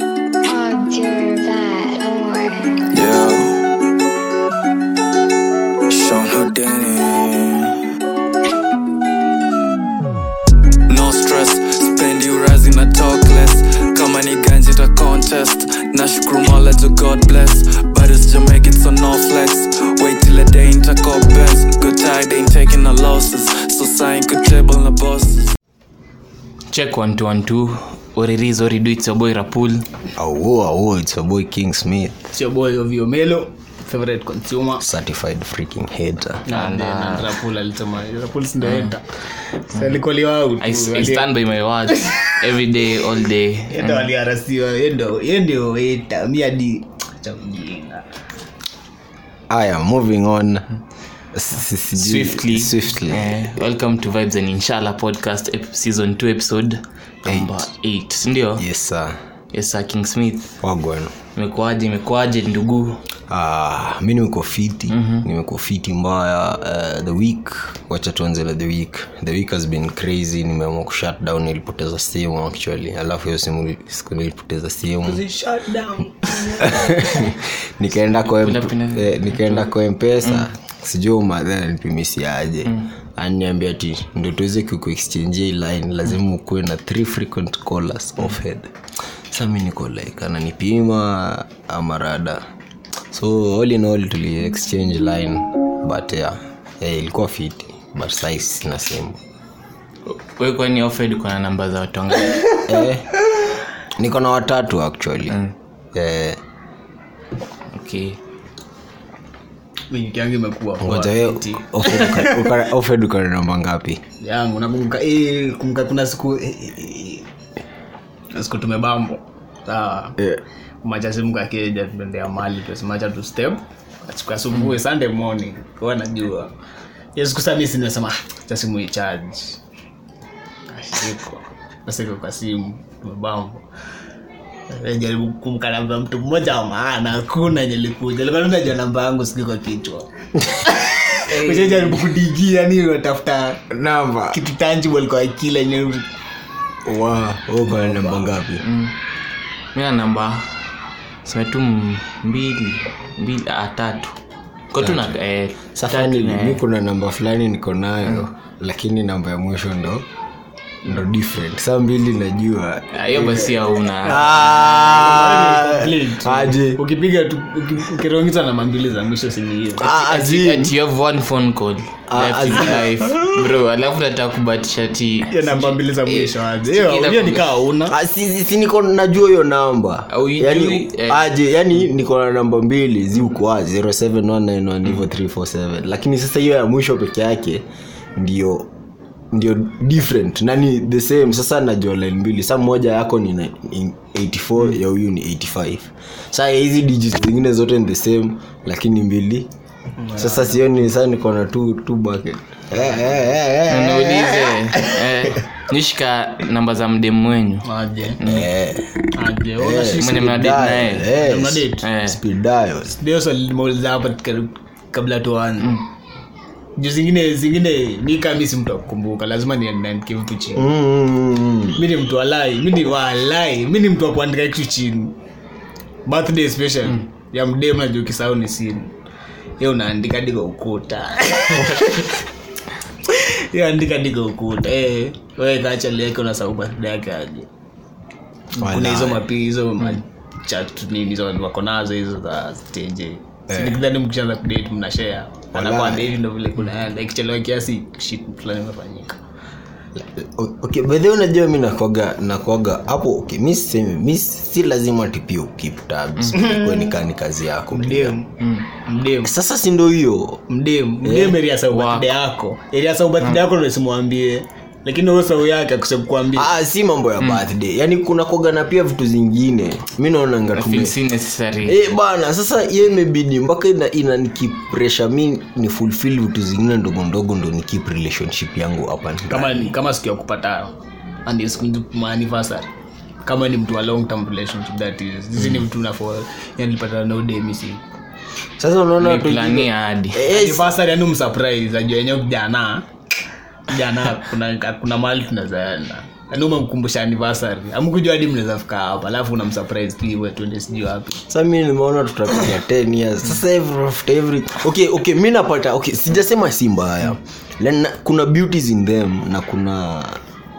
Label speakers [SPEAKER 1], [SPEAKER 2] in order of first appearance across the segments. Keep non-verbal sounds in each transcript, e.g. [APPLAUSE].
[SPEAKER 1] Contour that or.
[SPEAKER 2] Yeah. Sean Houdini. No stress, spend you rising na talk less. Kama ni ganji ta contest. Nashukuru Mola to God bless. Bado sija make it so no flex. Wait till the day inta best. Good tide ain't taking no losses. So sign good table na bosses.
[SPEAKER 3] check 112 oriris oridu its your boy rapul
[SPEAKER 4] Awo, awo, it's your boy King Smith,
[SPEAKER 5] It's your boy Ovio Melo, favorite consumer.
[SPEAKER 4] certified freaking hater.
[SPEAKER 3] Ah,
[SPEAKER 5] And then and Rapul alisema Rapul si ndio hater. Sasa alikoliwa out.
[SPEAKER 3] Mm. I, s- I
[SPEAKER 5] Wali-
[SPEAKER 3] stand Mm. by my words [LAUGHS] every day all day
[SPEAKER 5] yeye ndo aliarasiwa, yeye ndo yeye ndio hater. Mimi hadi cha mjinga.
[SPEAKER 4] Aya, moving on. S- s- sijui-
[SPEAKER 3] swiftly
[SPEAKER 4] swiftly.
[SPEAKER 3] Eh, welcome to vibes and inshallah podcast ep- season 2 episode number 8 sindio
[SPEAKER 4] Yes, sir.
[SPEAKER 3] yes sir king smith
[SPEAKER 4] Wagwan.
[SPEAKER 3] imekuaje imekuaje ndugu
[SPEAKER 4] Ah, mi nimekuwa fiti nimekuwa fiti mbaya uh, the week wacha tuanze la the week the week has been crazy nimeamua kushut down nilipoteza simu actually alafu hiyo simu nili- siku nilipoteza simu nikaenda kwa
[SPEAKER 3] Kuna pina-
[SPEAKER 4] eh, nikaenda kwa mpesa sijui umadhana nipimisiaje aniambia ati ndo tuweze kukuexchangia hii line lazima ukuwe na three frequent callers of head sa mi niko like ananipima amarada so all in all tuli exchange line but yeah, eh, ilikuwa fiti but sai sina simu
[SPEAKER 3] we kwani ofed kuna namba za watu [LAUGHS] wangapi
[SPEAKER 4] eh, niko na watatu actually eh,
[SPEAKER 3] okay
[SPEAKER 5] Wiki yangu imekuwa poa.
[SPEAKER 4] ngoja wewe Alfred uka- uka- Alfred uko na namba ngapi
[SPEAKER 5] Yangu nakumbuka eh kumbuka kuna siku eh, eh, eh, kuna siku tumebambo. Sawa.
[SPEAKER 4] Eh.
[SPEAKER 5] Machache mkakeja tunaendea mali tunasema acha tu step. Achukua asubuhi Sunday morning. Kwa najua. Yes siku sasa mimi sinasema acha simu icharge. ashiko nasiko kwa simu mabambo jaribu kumkanamba mtu mmoja wa maana hakuna nyelikuja likanunajua namba yangu sijui kwa kichwa Kisha jaribu kudigia ni watafuta
[SPEAKER 4] namba
[SPEAKER 5] kitu tangible kwa kila nye
[SPEAKER 4] Wow, uko na namba ngapi
[SPEAKER 3] mi na namba sema tu m- mbili mbili ah, tatu kwa tu na eh, tatu,
[SPEAKER 4] safari
[SPEAKER 3] eh.
[SPEAKER 4] mi kuna namba fulani niko nayo lakini namba ya mwisho ndo ndo different saa mbili najua
[SPEAKER 3] Ah, hiyo basi hauna
[SPEAKER 4] Ah,
[SPEAKER 5] Ah.
[SPEAKER 4] aje
[SPEAKER 5] ukipiga tu uki- ukirongizwa na mambili za mwisho sini hiyo
[SPEAKER 4] Ah, aje.
[SPEAKER 3] Ati you have one phone call
[SPEAKER 4] Ah,
[SPEAKER 3] left in life bro alafu nataka kubatisha Eh, ti
[SPEAKER 5] hiyo namba mbili za mwisho aje
[SPEAKER 3] Ila-
[SPEAKER 5] hiyo hiyo nikaa una
[SPEAKER 4] Ah, si- si- si niko najua hiyo namba
[SPEAKER 3] Au hujui,
[SPEAKER 4] yani,
[SPEAKER 3] eh.
[SPEAKER 4] aje yani niko na namba mbili ziuko 0719 hivyo 347 lakini sasa hiyo ya mwisho peke yake ndio ndio different nani the same sasa najua line mbili sa moja yako ni na- ni 84 ya huyu ni 85 saa hizi digits zingine zote ni the same lakini mbili sasa sioni saa niko na two, two bucket eh, eh, eh, eh.
[SPEAKER 3] niulize eh, nishika namba za mdemu wenyu
[SPEAKER 5] aje
[SPEAKER 4] Eh,
[SPEAKER 5] aje ona shi
[SPEAKER 3] mwenye mnadate
[SPEAKER 4] dial,
[SPEAKER 3] naye
[SPEAKER 4] eh,
[SPEAKER 5] Mna date?
[SPEAKER 3] Eh.
[SPEAKER 4] speed dial.
[SPEAKER 5] ndio swali nimeuliza hapa karibu- kabla tuanze juu zingine zingine mi kama mi si mtu wa kukumbuka lazima niandike vitu chini
[SPEAKER 4] Mm.
[SPEAKER 5] mi ni mtu walai mi ni walai mi ni mtu wa kuandika kitu chini birthday special ya mdema juu kisahau ni sini ye unaandika hadi kwa ukuta ye andika hadi kwa ukuta eh wewe kachali yake unasahau birthday yake aje kuna hizo mapi hizo machat nini hizo wako nazo hizo za stage sinikidhani mkishaanza kudate mnashare anakwambia hivi ndo vile kunaenda ikichelewa kiasi shit fulani imefanyika
[SPEAKER 4] O- okay bedhe unajua mi nakwaga nakwaga hapo okay mi sisemi mi si lazima tipia ukip tabs ikuwe ni ka- ni kazi yako
[SPEAKER 5] mdem mdem
[SPEAKER 4] sasa si ndo hiyo
[SPEAKER 5] mdem mdem eriasaubatide yako eriasaubatide yako ndo simwambie lakini huyo sau yake akusekukwambia
[SPEAKER 4] Ah, si mambo ya birthday yani kuna kwaga na pia vitu zingine mi naonanga
[SPEAKER 3] I
[SPEAKER 4] tume
[SPEAKER 3] feel si necessary
[SPEAKER 4] Eh, bana sasa ye imebidi mpaka ina, ina nikipresha mi ni fulfill vitu zingine ndogo ndogo ndo nikip relationship yangu hapa ndani.
[SPEAKER 5] kama ni kama siku ya kupata and siku nzu- ma- anniversary kama ni mtu wa long term relationship that is hizi ni mtu nafo nilipatana na udemi si
[SPEAKER 4] sasa unaona watu wengine-
[SPEAKER 3] plania hadi
[SPEAKER 4] Eh, eh,
[SPEAKER 5] anniversary yani msurprise ajua yenyewe kijana kijana kuna kuna mahali tunazaenda Yaani umemkumbusha anniversary amkujua hadi mnaweza fika hapa alafu unamsurprise tu hivyo tuende sijui wapi
[SPEAKER 4] sa mi nimeona tutapiga 10 years sasa every- after every okay okay mi napata okay sijasema si mbaya Lena, kuna beauties in them na kuna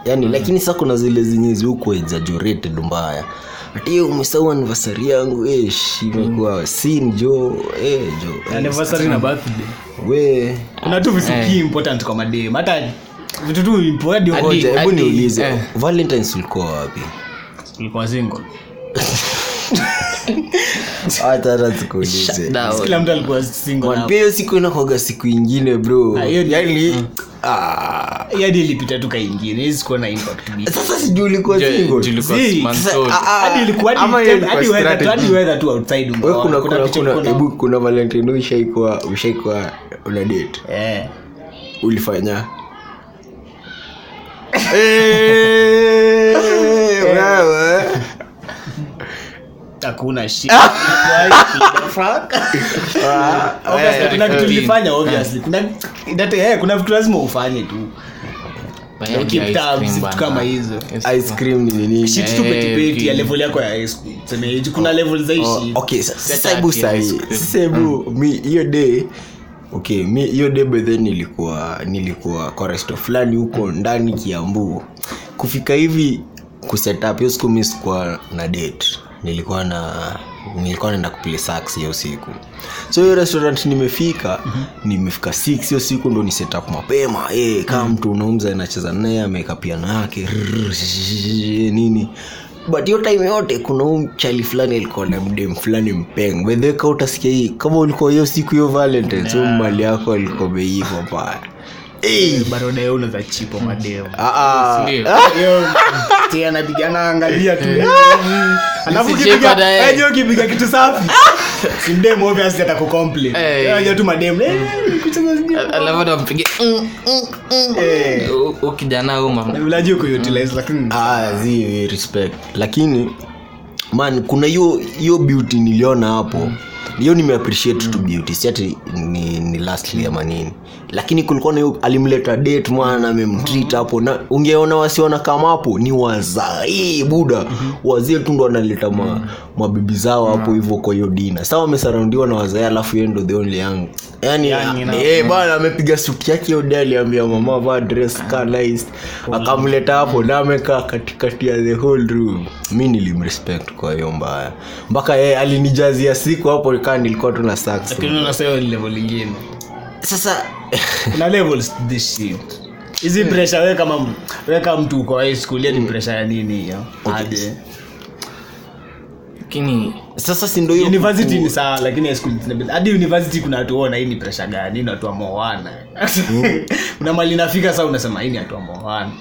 [SPEAKER 4] yani lakini sasa kuna zile zenye ziuko exaggerated mbaya hati umesau anniversary yangu ish imekuwa sin jo eh, jo eh,
[SPEAKER 5] anniversary na birthday
[SPEAKER 4] we
[SPEAKER 5] kuna tu vitu
[SPEAKER 4] Eh.
[SPEAKER 5] key important kwa madem hata vitu tu important
[SPEAKER 3] Hadi-
[SPEAKER 5] ngoja.
[SPEAKER 4] ngoja hebu
[SPEAKER 3] hadi-
[SPEAKER 4] niulize
[SPEAKER 3] eh.
[SPEAKER 4] valentines ulikuwa wapi
[SPEAKER 5] Tulikuwa single
[SPEAKER 4] hata hata tukuulize
[SPEAKER 5] kila mtu alikuwa single
[SPEAKER 4] Man,
[SPEAKER 5] hapo.
[SPEAKER 4] pia hiyo siku inakwaga siku ingine bro
[SPEAKER 5] Ah, hiyo ni-
[SPEAKER 4] yani ah.
[SPEAKER 5] Hii hadi ilipita tu kaingine hizi sikuwa na impact big.
[SPEAKER 4] sasa sijui ulikuwa
[SPEAKER 3] Je,
[SPEAKER 4] single?
[SPEAKER 3] tulikuwa
[SPEAKER 5] Si,
[SPEAKER 3] man
[SPEAKER 4] Sasa,
[SPEAKER 3] sold.
[SPEAKER 4] [LAUGHS] ah, ah,
[SPEAKER 5] Hadi ilikuwa- hadi
[SPEAKER 4] ama hiyo
[SPEAKER 5] item-
[SPEAKER 4] ilikuwa
[SPEAKER 5] hadi weather tu-
[SPEAKER 4] strategy.
[SPEAKER 5] hadi weather tu outside
[SPEAKER 4] Wewe
[SPEAKER 5] umeona.
[SPEAKER 4] kuna kuna
[SPEAKER 5] picha
[SPEAKER 4] kuna
[SPEAKER 5] ulikuwa na-
[SPEAKER 4] hebu kuna valentine ushaikuwa ushaikuwa una date
[SPEAKER 5] Eh.
[SPEAKER 4] ulifanya [LAUGHS] Eh, wewe. [LAUGHS]
[SPEAKER 5] hakuna shit. Fuck.
[SPEAKER 4] Ah, Eh,
[SPEAKER 5] Obviously, kuna kitu
[SPEAKER 3] clean.
[SPEAKER 5] ulifanya, obviously. Kuna- that- eh, kuna vitu lazima ufanye tu
[SPEAKER 3] Bayadi
[SPEAKER 5] Ukeep
[SPEAKER 3] ice
[SPEAKER 5] tabs,
[SPEAKER 3] cream
[SPEAKER 5] vitu
[SPEAKER 3] bana.
[SPEAKER 5] kama hizo.
[SPEAKER 3] Yes,
[SPEAKER 4] ice cream ni nini
[SPEAKER 5] shit tu
[SPEAKER 3] Eh,
[SPEAKER 5] petipeti ya
[SPEAKER 3] clean.
[SPEAKER 5] level yako ya seme hizi. kuna level za hii
[SPEAKER 4] Oh,
[SPEAKER 5] shit.
[SPEAKER 4] okay sa- sasa hebu
[SPEAKER 3] Kati ya
[SPEAKER 4] sahi
[SPEAKER 3] ice cream.
[SPEAKER 4] sasa hebu mi hiyo day okay mi hiyo day by then nilikuwa nilikuwa kwa resto fulani huko ndani kiambu kufika hivi kusetup hiyo siku mi sikuwa na date nilikuwa na nilikuwa naenda kuplay sax hiyo siku so hiyo restaurant nimefika nimefika 6 hiyo siku ndo ni setup mapema eh kama mtu unaumza anacheza naye ameweka piano yake nini but hiyo time yote kuna huu mchali fulani alikuwa na mdem fulani mpeng bedheka utasikia hii kama ulikuwa hiyo siku hiyo valentine so mali yako alikuwa beivo mbaya Eh,
[SPEAKER 5] Baroda yao unaweza chipo madeo
[SPEAKER 4] ah, ah.
[SPEAKER 3] ndio.
[SPEAKER 5] Yo, tia anapigana mm, angalia tu Ah. alafu
[SPEAKER 3] Nisicheke
[SPEAKER 5] ukipiga
[SPEAKER 3] baadaye.
[SPEAKER 5] aje ukipiga kitu safi Ah. simdemo obviously atakucomplain
[SPEAKER 3] Eh.
[SPEAKER 5] aje tu madem eh, kucheza zingine.
[SPEAKER 3] Al- alafu nampigia
[SPEAKER 5] Eh,
[SPEAKER 3] u kijana au mama
[SPEAKER 5] ulaji kuutilize lakini
[SPEAKER 4] Ah, zi, we respect lakini man kuna hiyo hiyo beauty niliona hapo hiyo nimeappreciate tu beauty siati ni, ni lastly ama nini lakini kulikuwa na hiyo alimleta date mwana amemtreat hapo na ungeona wasiona kama hapo ni wazai buda wazee tu ndo wanaleta ma, mabibi zao hapo hivyo kwa hiyo dina saa wamesaraundiwa na wazai alafu yeye ndo the only young yani
[SPEAKER 5] Young, na-
[SPEAKER 4] eh, bana amepiga suti yake hiyo day aliambia mama vaa dress
[SPEAKER 5] Ah.
[SPEAKER 4] kaa nice akamleta hapo na amekaa katikati ya the whole room mi nilimrespect kwa hiyo mbaya mpaka yeye alinijazia siku hapo kaa nilikuwa tu na sax
[SPEAKER 5] lakini unasema ni level ingine
[SPEAKER 4] sasa [LAUGHS]
[SPEAKER 5] kuna levels to this shit hizi pressure wewe kama m- wewe kama mtu uko high school hiyo ni pressure ya nini hiyo aje
[SPEAKER 3] lakini
[SPEAKER 4] sasa si ndo hiyo
[SPEAKER 5] university
[SPEAKER 4] kuku-
[SPEAKER 5] ni sawa lakini high school zinabidi- hadi university kuna watu huona hii ni pressure gani hii ni watu wa moana
[SPEAKER 4] Mm.
[SPEAKER 5] [LAUGHS] kuna mali inafika saa unasema hii ni watu wa moana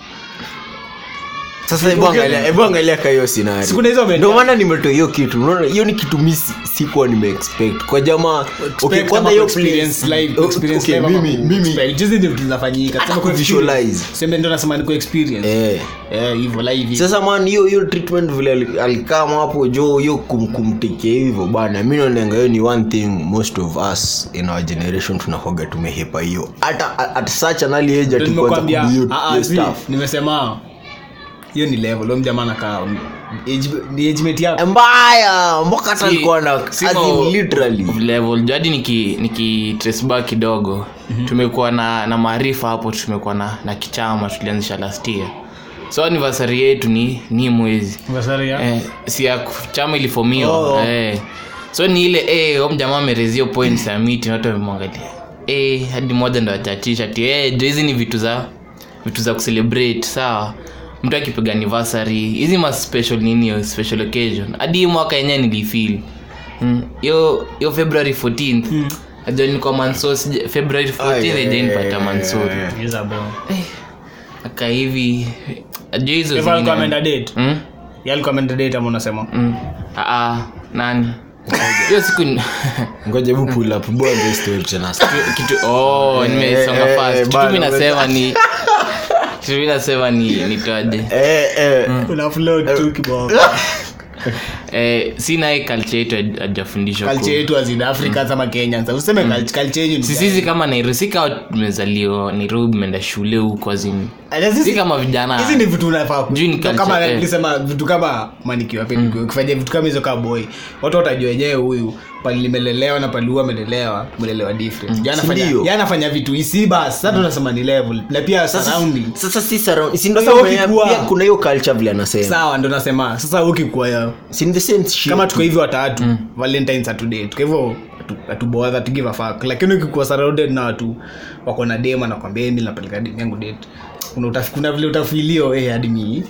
[SPEAKER 4] sasa hebu angalia hebu angalia ka hiyo scenario.
[SPEAKER 5] Si kuna hizo mentality.
[SPEAKER 4] ndio maana nimetoa hiyo kitu unaona hiyo ni kitu mi si- sikuwa nimeexpect kwa jamaa okay kwanza
[SPEAKER 5] ama
[SPEAKER 4] hiyo
[SPEAKER 5] experience
[SPEAKER 4] place-
[SPEAKER 5] live,
[SPEAKER 4] Oh,
[SPEAKER 5] experience
[SPEAKER 4] okay,
[SPEAKER 5] live ama
[SPEAKER 4] mimi
[SPEAKER 5] ku-
[SPEAKER 4] mimi
[SPEAKER 5] expect. Hizi ndio vitu zinafanyika. Sema ku-
[SPEAKER 4] kuvisualize.
[SPEAKER 5] experience. Sema ndio nasema ni ku experience.
[SPEAKER 4] eh
[SPEAKER 5] Eh, hivyo live hivyo.
[SPEAKER 4] sasa man hiyo hiyo treatment vile ali- alikama hapo jo hiyo kumkumtikia hivyo bana mi naonanga hiyo ni one thing most of us in our generation tunakoga tumehepa hiyo hata a- at such an early age
[SPEAKER 5] Ndio
[SPEAKER 4] ati kuanza
[SPEAKER 5] nimekwambia,
[SPEAKER 4] kudu-
[SPEAKER 5] ah, ah,
[SPEAKER 4] hiyo
[SPEAKER 5] see,
[SPEAKER 4] stuff.
[SPEAKER 5] nimesema hiyo ni level huyo mjamaa anakaa age- ni agement yako
[SPEAKER 4] Eh, mbaya mpaka hata alikuwa na
[SPEAKER 3] Si-
[SPEAKER 4] as
[SPEAKER 3] sima-
[SPEAKER 4] in literally
[SPEAKER 3] level juu hadi niki, niki trace back kidogo
[SPEAKER 4] Mhm.
[SPEAKER 3] tumekuwa na, na maarifa hapo tumekuwa na, na kichama tulianzisha last year so anniversary yetu ni ni mwezi
[SPEAKER 5] Basari ya-
[SPEAKER 3] eh, si ya ku- chama ilifomiwa
[SPEAKER 5] Oh.
[SPEAKER 3] eh. so ni ile eh, huyo mjamaa amerezio points ya miti na watu wamemwangalia eh, hadi moja ndo achatisha ti eh, jo hizi ni vitu za vitu za kucelebrate sawa mtu akipiga anniversary hizi ma special nini yo, special occasion hadi hii mwaka yenyewe nilifeel Mm, hiyo hiyo february 14th mm. ajanilikuwa manso sija- february 14th ijainipata mansori
[SPEAKER 5] User bro.
[SPEAKER 3] aka hivi ajua hizo
[SPEAKER 5] Hivyo alikuwa
[SPEAKER 3] zingine-
[SPEAKER 5] ameenda date.
[SPEAKER 3] Mm?
[SPEAKER 5] Yeye alikuwa ameenda date ama unasema?
[SPEAKER 3] Mm. Ah, ah, nani hiyo siku ni- [LAUGHS]
[SPEAKER 4] ngoja hebu pull up bwana hiyo story tena
[SPEAKER 3] kitu oh, nimesonga
[SPEAKER 4] eh,
[SPEAKER 3] fast
[SPEAKER 4] eh,
[SPEAKER 3] kitu mimi
[SPEAKER 4] bana,
[SPEAKER 3] nasema [LAUGHS] ni kitu mimi nasema ni nitoaje
[SPEAKER 4] [LAUGHS] eh eh
[SPEAKER 5] Mm.
[SPEAKER 4] [LAUGHS]
[SPEAKER 5] Una upload tu kibao.
[SPEAKER 3] eh, si naye culture yetu haj- hajafundishwa ku-
[SPEAKER 5] culture yetu azin africans ama kenyans useme culture culture yenyu ni
[SPEAKER 3] Mm. Si sisi kama nairobi si kama tumezaliwa nairobi umeenda shule huko azin
[SPEAKER 5] Ata Ah, sisi-
[SPEAKER 3] si kama vijana
[SPEAKER 5] hizi ni vitu unafaa ku-
[SPEAKER 3] Juu ni
[SPEAKER 5] kama
[SPEAKER 3] culture, eh. Mm.
[SPEAKER 5] nilisema vitu kama manikiwa ukifanya vitu kama hizo kaa boy watu watajua wenyewe huyu pali limelelewa na pali huyu amelelewa melelewa different mm. anafanya
[SPEAKER 4] Sindio?
[SPEAKER 5] yeye anafanya vitu isi basi sasa tunasema ni level na pia surrounding
[SPEAKER 4] sasa si surround- si ndo
[SPEAKER 5] Sasa
[SPEAKER 4] hiyo ya-
[SPEAKER 5] ukikuwa-
[SPEAKER 4] pia kuna hiyo culture vile anasema
[SPEAKER 5] sawa ndo nasema sasa ukikuwa yao
[SPEAKER 4] Si ni the same shit.
[SPEAKER 5] kama tuko hivyo watatu mm. valentines hatude tuko hivyo hatu- hatuboadha tugive a fuck lakini ukikuwa surrounded na watu wako na dem anakwambia mi napeleka dem yangu date kuna, utaf, kuna vile utafilio eh hadi mi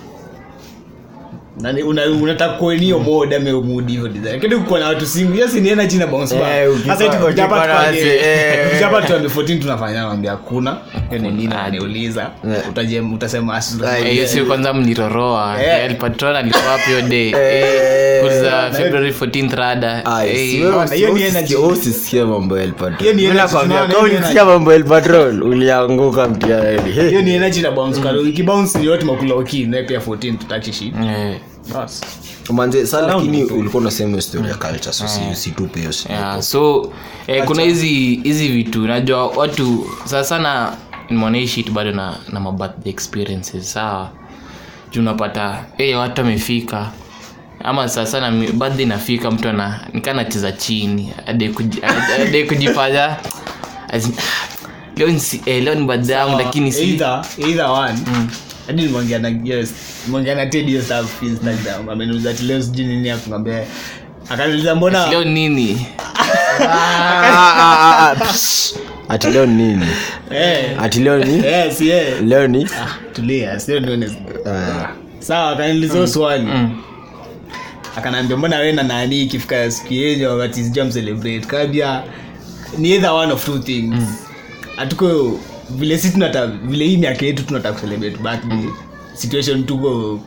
[SPEAKER 5] Nani- una- unataka kuenio
[SPEAKER 4] Mm.
[SPEAKER 5] mod ame mood hiyo design lakini uko na watu single yes ni energy na bounce back
[SPEAKER 4] Eh, ukipa-
[SPEAKER 5] sasa eti
[SPEAKER 4] ukipa
[SPEAKER 5] japa
[SPEAKER 4] nasi, eh.
[SPEAKER 5] japa 2014 tunafanya naambia hakuna hiyo ni nini ananiuliza
[SPEAKER 4] Eh.
[SPEAKER 5] utaje utasema
[SPEAKER 4] Ah,
[SPEAKER 5] asisi
[SPEAKER 3] Eh, hiyo siku kwanza mliroroa
[SPEAKER 5] Eh.
[SPEAKER 3] Eh, alipatron alikuwa hapo hiyo day
[SPEAKER 4] Eh.
[SPEAKER 3] Eh, kuza february 14 rada
[SPEAKER 4] Ah,
[SPEAKER 3] Eh,
[SPEAKER 4] si wewe
[SPEAKER 5] na hiyo ni
[SPEAKER 4] usi-
[SPEAKER 5] energy.
[SPEAKER 4] wewe usisikie mambo ya El Patron.
[SPEAKER 5] Hiyo ni
[SPEAKER 4] Mimi
[SPEAKER 5] energy,
[SPEAKER 4] nakwambia,
[SPEAKER 5] tunaona
[SPEAKER 4] kama
[SPEAKER 5] hiyo ni
[SPEAKER 4] ulisikia mambo ya El Patron, ulianguka mtiani. Hey.
[SPEAKER 5] hiyo ni energy na bounce
[SPEAKER 4] Mm.
[SPEAKER 5] kwa ikibounce ni yote makula wiki na pia 14 tutachi shit
[SPEAKER 3] eh,
[SPEAKER 5] basi
[SPEAKER 4] manze saa lakini ulikuwa unasema hiyo story
[SPEAKER 5] Mm.
[SPEAKER 4] ya culture so si- usitupe hiyo story.
[SPEAKER 3] yeah, so eh, kuna hizi hizi vitu najua watu sana sana nimeonaishi tu bado na, na mabirthday experiences sawa juu unapata hey, watu wamefika ama saa sana mi- birthday inafika mtu ana nikaa nacheza chini ade kuji- ade kujifanya as in, ah, leo ni si- eh, leo ni birthday yangu lakini si
[SPEAKER 5] Ah,
[SPEAKER 3] Mm.
[SPEAKER 5] either either one hadi nimeongea na yes nimeongea na Teddy yes have Instagram ameniuliza ti leo sijui nini akungambia akaniuliza
[SPEAKER 3] leo
[SPEAKER 5] mbona
[SPEAKER 3] nini
[SPEAKER 4] Ah, ah, ah, ah, psh. ati leo ni nini
[SPEAKER 5] eh
[SPEAKER 4] ati leo ni
[SPEAKER 5] yes yeah
[SPEAKER 4] leo ni
[SPEAKER 5] ah tulia sio nione
[SPEAKER 4] Ah.
[SPEAKER 5] sawa akaniuliza hiyo swali akanaambia mbona wewe na nani ikifika ya siku yenye wakati sijam celebrate kabia ni either one of two things hatuko vile si tunata vile hii miaka yetu tunataka kucelebrate birthday situation tuko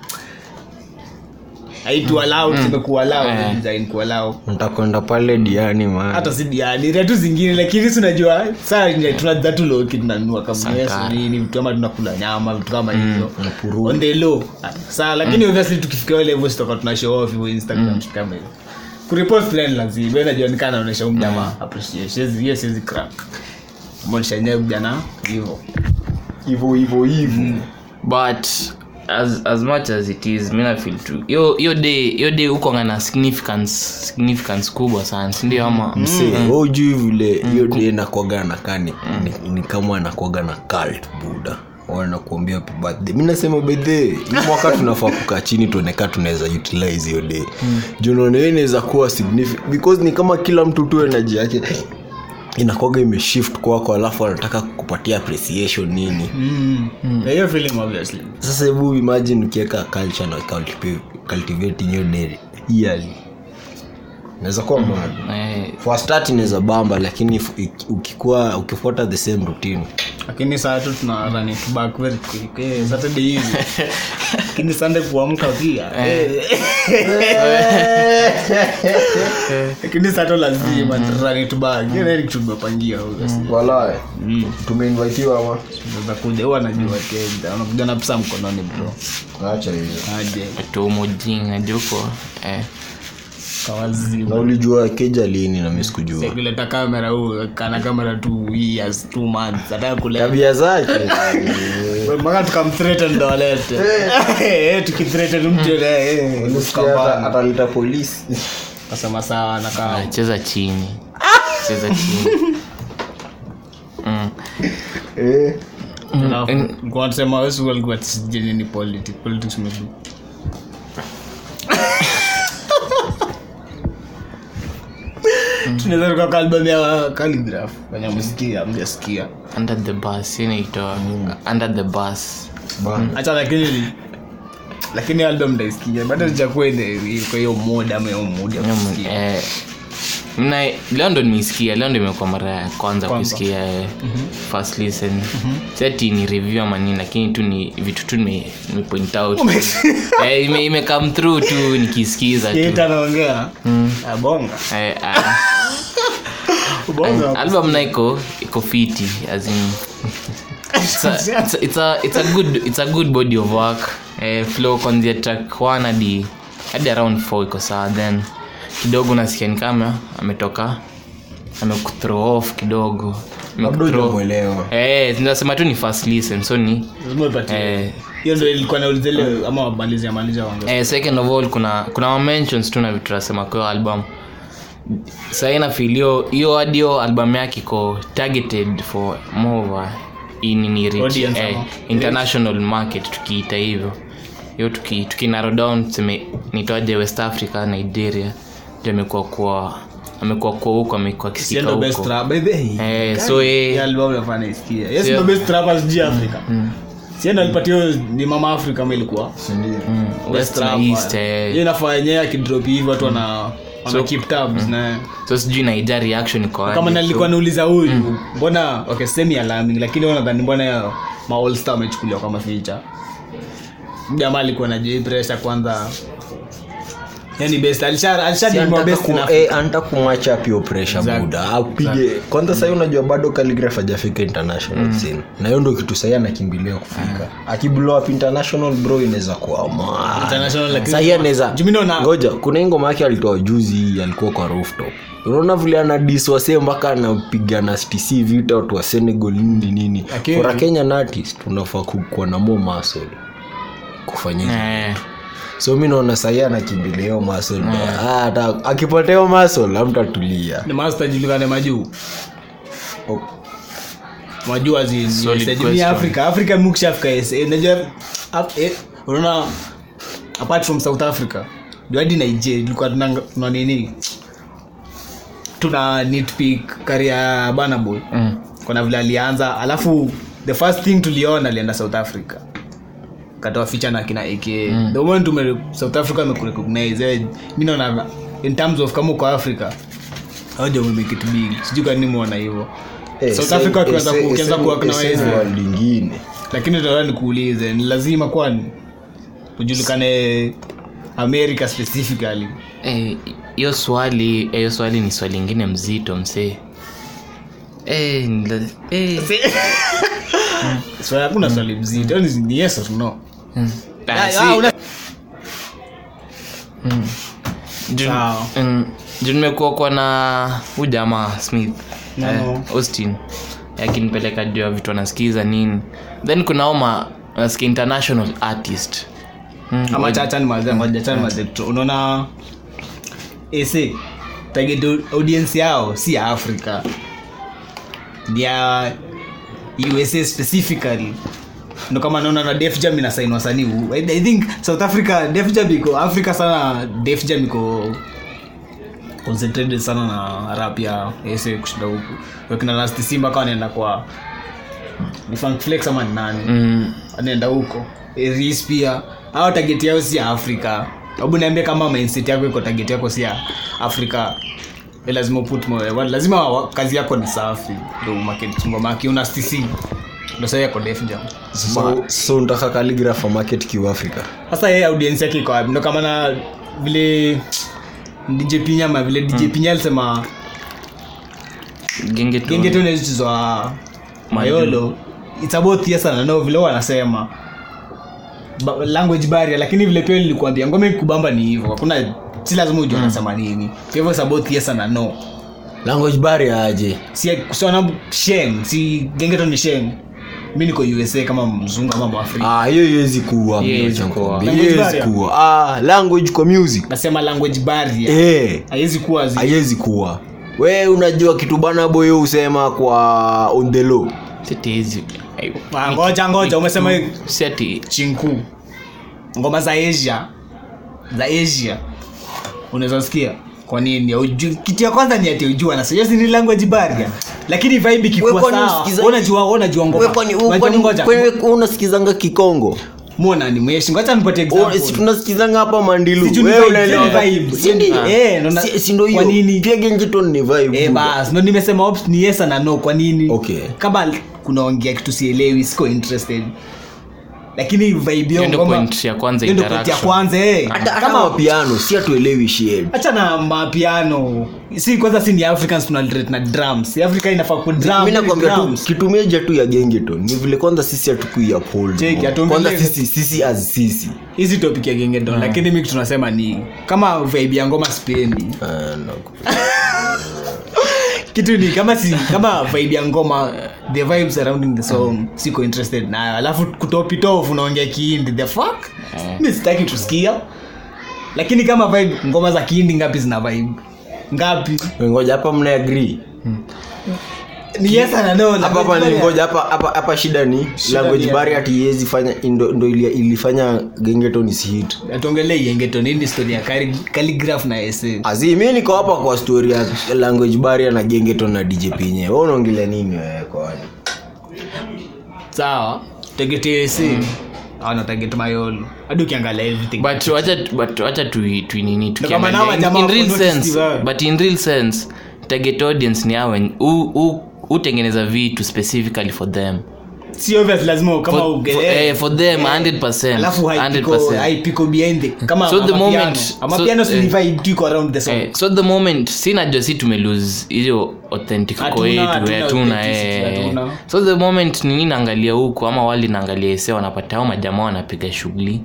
[SPEAKER 5] haitualau mm. tumekualau
[SPEAKER 3] Eh.
[SPEAKER 5] design kualau
[SPEAKER 4] ntakwenda pale diani
[SPEAKER 5] hata
[SPEAKER 4] maana
[SPEAKER 5] si dianiria tu zingine lakini si unajua saa nje tunadha tu loki tunanunua
[SPEAKER 3] Sankara.
[SPEAKER 5] kabnini vitu ama tunakula nyama vitu kama hivyo
[SPEAKER 4] napururu.
[SPEAKER 5] On the low. saa lakini obviously tukifikia ile level sitoka tuna show off hivyo instagram vitu kama hivyo kurepost line lazima wewe unajua nikaa naonesha huyu jamaa appreciation Siwezi- hiyo siwezi crack monisha yenyewe jana hivyo
[SPEAKER 4] hivo hivo hivo
[SPEAKER 3] but as, as much as it is mi nafil tu hiyo hiyo day hiyo day huko ngana significance significance kubwa sana sindio ama
[SPEAKER 4] Mm.
[SPEAKER 5] Mm.
[SPEAKER 4] ujui vile hiyo di nakwaga nakaa ni, ni, ni kama anakwaga na cult buda wanakuambia happy birthday mi nasema bedhe hii mwaka tunafaa kukaa chini tuonekaa tunaweza utilize hiyo day
[SPEAKER 5] Mm.
[SPEAKER 4] juu naona hiyo inaweza kuwa significant because ni kama kila mtu tu energy yake inakwaga imeshift kwako alafu anataka kukupatia appreciation nini
[SPEAKER 5] Mm. Na hiyo feeling obviously
[SPEAKER 4] sasa hebu imagine ukiweka culture na cultivate- cultivating hiyo day yearly naweza kuwa mad
[SPEAKER 3] Eh,
[SPEAKER 4] for a start inaweza bamba lakini if- ik- ukikuwa ukifuata the same routine
[SPEAKER 5] lakini saa tu tuna run it back very quick eh, saturday hizi lakini sunday kuamka pia Eh. lakini sato lazima run it back hiyo ni kitu tumepangia obviously
[SPEAKER 4] walae tumeinvitiwa ama
[SPEAKER 5] unaweza kuja huwa anajua kenda unakuja na pesa mkononi bro
[SPEAKER 4] acha hizo
[SPEAKER 5] aje
[SPEAKER 3] tumojinga juko eh.
[SPEAKER 5] kawazima
[SPEAKER 4] na ulijua keja lini na mi sikujua
[SPEAKER 5] kuleta kamera huu kana kamera two years two months ataka kuleta
[SPEAKER 4] tabia [LAUGHS] zake
[SPEAKER 5] mpaka tukamthreaten ndo walete [LAUGHS] Eh, tukithreaten mtu yule, eh,
[SPEAKER 4] Mm.
[SPEAKER 5] tukapana.
[SPEAKER 4] atalita polisi
[SPEAKER 5] kasema sawa nakaa
[SPEAKER 3] cheza chini cheza chini mm.
[SPEAKER 5] Alafu,
[SPEAKER 3] Mm.
[SPEAKER 5] nilikuwa nasema wewe sio ulikuwa tisijeni ni politics politics umebu tunaweza tuka kwa album ya Calligraph kwenye msikia mjasikia
[SPEAKER 3] under the bus hii inaitwa under the bus
[SPEAKER 4] Mm.
[SPEAKER 5] acha lakini lakini album ndaisikia bado sijakuwa ile kwa hiyo mood ama hiyo mood ya kusikia
[SPEAKER 3] Eh, mna leo ndo nimeisikia leo ndo imekuwa mara ya kwanza kuisikia eh, first listen seti ni review ama nini lakini tu ni vitu tu nime nime point out [LAUGHS] eh, ime, ime come through tu nikisikiza tu
[SPEAKER 5] Kita naongea abonga
[SPEAKER 3] eh, ah,
[SPEAKER 5] [LAUGHS] ubonga
[SPEAKER 3] album na iko iko fiti as in it's a, it's, a, it's, a, it's a good it's a good body of work eh, flow kuanzia track 1 hadi hadi around four iko sawa then kidogo nasikia ni kama ametoka amekuthrow off kidogo
[SPEAKER 4] Labda
[SPEAKER 3] Amekuthrow-
[SPEAKER 4] hujamwelewa.
[SPEAKER 3] eh nasema tu ni first listen so ni
[SPEAKER 5] Lazima uipatie.
[SPEAKER 3] eh,
[SPEAKER 5] hiyo ndo ilikuwa nauliza ile ama wamalizia malizia wange
[SPEAKER 3] eh, second of all kuna kuna ma mentions tu na vitu nasema kwa hiyo album sahii nafilio hiyo hadi hiyo album yake iko targeted for more of a inini rich
[SPEAKER 5] Audience
[SPEAKER 3] eh,
[SPEAKER 5] ama-
[SPEAKER 3] international market tukiita hivyo hiyo tuki, tuki narrow down tuseme nitoaje west africa nigeria ndio amekuwa kuwa amekuwa kuwa huko amekuwa akisikika
[SPEAKER 5] siendo best
[SPEAKER 3] huko
[SPEAKER 5] rap by the way Yaani,
[SPEAKER 3] eh, so
[SPEAKER 5] Hii
[SPEAKER 3] eh,
[SPEAKER 5] album nafaa naisikia yes
[SPEAKER 3] Sio. Mm.
[SPEAKER 5] ndo best rappers ji africa siendo alipatia hiyo ni mama africa ama ilikuwa
[SPEAKER 4] Mm.
[SPEAKER 3] west na
[SPEAKER 5] rapper.
[SPEAKER 3] east eh,
[SPEAKER 5] Hiyo inafaa yenyewe akidrop hivi watu wana wana
[SPEAKER 3] So-
[SPEAKER 5] keep tabs na
[SPEAKER 3] so sijui naija reaction iko Eh,
[SPEAKER 5] kama
[SPEAKER 3] aje, so- Mm.
[SPEAKER 5] nalikuwa nauliza huyu mbona okay semi alarming lakini wewe unadhani mbona yao ma all star amechukuliwa kama feature jamaa alikuwa na jui pressure kwanza yani best alishara
[SPEAKER 4] Si
[SPEAKER 5] alishara
[SPEAKER 4] anataka
[SPEAKER 5] best
[SPEAKER 4] ku-
[SPEAKER 5] na
[SPEAKER 4] eh, anataka kumwacha pure pressure
[SPEAKER 5] Exactly.
[SPEAKER 4] buda apige kwanza sahii unajua bado Khaligraph hajafika international scene. na hiyo ndio kitu sahii anakimbilia kufika akiblow up international bro inaweza kuama
[SPEAKER 5] international lakini
[SPEAKER 4] sahii anaweza
[SPEAKER 5] Juu mimi naona-
[SPEAKER 4] ngoja kuna hii ngoma yake alitoa juzi alikuwa kwa rooftop unaona vile anadis wasee mpaka anapigana stc vita watu wa senegal nini nini
[SPEAKER 5] Lakini-
[SPEAKER 4] for a kenyan artist unafaa ku- kuwa na more muscle kufanya hizo
[SPEAKER 3] eh.
[SPEAKER 4] so mi naona sahii anakimbilia hiyo masol Ah, ata- akipata hiyo masol amtatulia
[SPEAKER 5] ni master julikane majuu
[SPEAKER 4] Oh,
[SPEAKER 5] majuu
[SPEAKER 3] Solid
[SPEAKER 5] azijumiafrika
[SPEAKER 3] question.
[SPEAKER 5] afrika Afrika mukishafika yes. Eh, unajua af- eh, unaona apart from south africa ndio hadi nigeria tulikuwa tuna tuna nini tuna nitpick karia ya banaboy
[SPEAKER 3] mm.
[SPEAKER 5] kuna vile alianza alafu the first thing tuliona alienda south africa katoa ficha na kina ak mm. the moment ume south africa amekurecognize eh, mi naona in terms of kama uko africa auja umemekit big sijui kwanini mwona hivyo
[SPEAKER 4] eh,
[SPEAKER 5] south africa wakianza ku- ukianza kuacknowledge
[SPEAKER 4] kuaknaingine
[SPEAKER 5] lakini taa nikuulize ni lazima kwani ujulikane america specifically
[SPEAKER 3] Eh, hiyo swali eh, hiyo swali ni swali ingine mzito msee Eh, nila- eh.
[SPEAKER 5] so hakuna swali mzito Yaani ni yes or no
[SPEAKER 3] Mm. Ah,
[SPEAKER 5] Ah,
[SPEAKER 3] si-
[SPEAKER 5] ah, una-
[SPEAKER 3] Jun-
[SPEAKER 5] Sawa.
[SPEAKER 3] mm, juu nimekuwa kwa na huyu jamaa smith
[SPEAKER 5] No,
[SPEAKER 3] eh,
[SPEAKER 5] no.
[SPEAKER 3] austin akinipeleka juu ya vitu anasikiza nini then kuna oma nasikia international artist Mm,
[SPEAKER 5] ama chachani mazachani mazetu unaona ese target audience yao si ya africa ni ya usa specifically ndo kama naona na def jam inasaini wasanii hu- I, i think south africa def jam iko africa sana def jam iko concentrated sana na rap ya ese kushinda huku wakina last simba kawa wanaenda kwa ni Funk flex ama ni nani
[SPEAKER 3] mm,
[SPEAKER 5] anaenda huko Eris pia au target yao si ya afrika hebu niambie kama mindset yako iko target yako si ya afrika Eh, lazima uput moyo wa- lazima wa- kazi yako ni safi ndo market ngoma yake una stc ndo sasa yako def jam
[SPEAKER 4] so, so ntaka kaligrafa market kiu africa
[SPEAKER 5] sasa yeye audience yake iko wapi ndo kama na vile dj pinyama vile dj pinya alisema
[SPEAKER 3] genge tu-
[SPEAKER 5] genge tunazichizwa mayolo it's about yes and no vile wanasema ba- language barrier lakini vile pia nilikuambia ngome kubamba ni hivyo hakuna si lazima ujue anasema nini kwa hivyo it's about yes and no
[SPEAKER 4] language bari aje
[SPEAKER 5] si kusiona sheng si genge tu ni sheng mi niko usa kama mzungu ama mwafrika
[SPEAKER 4] Ah, hiyo iwezi kuwa
[SPEAKER 3] Hiyo haiwezi
[SPEAKER 4] mjomba.
[SPEAKER 3] kuwa.
[SPEAKER 4] Hiyo
[SPEAKER 5] Language
[SPEAKER 4] haiwezi
[SPEAKER 5] barrier?
[SPEAKER 4] kuwa Ah, language kwa music
[SPEAKER 5] nasema language barrier
[SPEAKER 4] Eh,
[SPEAKER 5] haiwezi kuwa zi-
[SPEAKER 4] haiwezi kuwa we unajua kitu bana boyo husema kwa on the low
[SPEAKER 3] Seti hizi. Ai,
[SPEAKER 5] Ah, ngoja ngoja umesema hii-
[SPEAKER 3] si ati
[SPEAKER 5] chinku ngoma za asia za asia unaweza sikia kwa nini Hujui- kitu ya kwanza ni ati ujua na sio ni language barrier lakini vibe
[SPEAKER 4] Ah. Wewe
[SPEAKER 5] ikikuwa
[SPEAKER 4] kwani
[SPEAKER 5] sawa
[SPEAKER 4] usikizaji-
[SPEAKER 5] unajua unajua ngoma Unajua ngoja
[SPEAKER 4] unasikizanga kikongo
[SPEAKER 5] muona ni mweshi ngoja nipatie
[SPEAKER 4] Oh,
[SPEAKER 5] example
[SPEAKER 4] si tunasikizanga hapa
[SPEAKER 5] Sijui ni vibe, sijui ni vibe. Eh, naona- kwa nini? Eh,
[SPEAKER 4] mandilusindohiyopiagenjetoninivaibuda
[SPEAKER 5] bas ndo nimesema ops ni yes na no kwa nini
[SPEAKER 4] Okay.
[SPEAKER 5] kama kunaongea kitu sielewi siko interested lakini vibe
[SPEAKER 3] Hiyo
[SPEAKER 5] yangu
[SPEAKER 3] ndio
[SPEAKER 5] kwamba-
[SPEAKER 3] point ya kwanza,
[SPEAKER 5] hiyo ndio point ya
[SPEAKER 3] interaction. Ah,
[SPEAKER 5] kwanza eh.
[SPEAKER 4] kama wapiano si hatuelewi shit
[SPEAKER 5] hacha na mapiano si kwanza si ni africans tunaliterate na drums africa inafaa
[SPEAKER 4] mi nakwambia tu
[SPEAKER 5] kudrums
[SPEAKER 4] kitumeja tu ya gengeton ni vile kwanza sisi hatukui
[SPEAKER 5] Jake,
[SPEAKER 4] uphold
[SPEAKER 5] hatuongelee-
[SPEAKER 4] kwanza sisi sisi as sisi
[SPEAKER 5] hizi topic ya gengedo
[SPEAKER 4] Mm.
[SPEAKER 5] lakini mimi tunasema ni kama vibe ya ngoma sipendi
[SPEAKER 4] Ah, no.
[SPEAKER 5] kitu ni kama si kama vibe ya ngoma the vibe surrounding the
[SPEAKER 4] Mm.
[SPEAKER 5] song siko interested nayo alafu kutopitof unaongea kiindi the fuck
[SPEAKER 4] Mm.
[SPEAKER 5] mi sitaki kusikia lakini kama vibe ngoma za kiindi ngapi zina vibe ngapi
[SPEAKER 4] ngoja hapa mna agree
[SPEAKER 5] ni yes and no lakini
[SPEAKER 4] hapa hapa ni
[SPEAKER 5] kama-
[SPEAKER 4] ngoja hapa hapa hapa shida ni language
[SPEAKER 5] ni-
[SPEAKER 4] barrier ati iwezi fanya ndo ndo ili- ilifanya gengeton is hit
[SPEAKER 5] atuongelee yengeto nini story ya cali- calligraph na ese
[SPEAKER 4] azi mi niko hapa kwa story ya language barrier na gengeton na dj pinye wewe unaongelea nini wewe kwani
[SPEAKER 5] sawa tegete ese ana target mayolo hadi ukiangalia everything
[SPEAKER 3] Hmm. but wacha but wacha tu tuinini
[SPEAKER 5] kama nao majamaa
[SPEAKER 3] in real
[SPEAKER 5] wako notice
[SPEAKER 3] sense
[SPEAKER 5] hivi.
[SPEAKER 3] but in real sense target audience ni hawa who- who- hutengeneza vitu specifically for them
[SPEAKER 5] si obvious lazima
[SPEAKER 3] for,
[SPEAKER 5] kama
[SPEAKER 3] for,
[SPEAKER 5] ugelee
[SPEAKER 3] eh, for them 100%,
[SPEAKER 5] alafu haipiko
[SPEAKER 3] 100%.
[SPEAKER 5] haipiko behind the kama
[SPEAKER 3] So the
[SPEAKER 5] mapiano.
[SPEAKER 3] moment-
[SPEAKER 5] mapiano
[SPEAKER 3] so-
[SPEAKER 5] si ni
[SPEAKER 3] eh.
[SPEAKER 5] vibe tu iko around the song
[SPEAKER 3] Eh, so the moment si najua si tumelose hiyo authentic
[SPEAKER 5] Hatuna,
[SPEAKER 3] ko yetu
[SPEAKER 5] hatuna
[SPEAKER 3] eh, hatuna
[SPEAKER 5] authenticity,
[SPEAKER 3] eh.
[SPEAKER 5] hatuna.
[SPEAKER 3] so the moment nini naangalia huku ama wali naangalia ese wanapata au majamaa wanapiga shughuli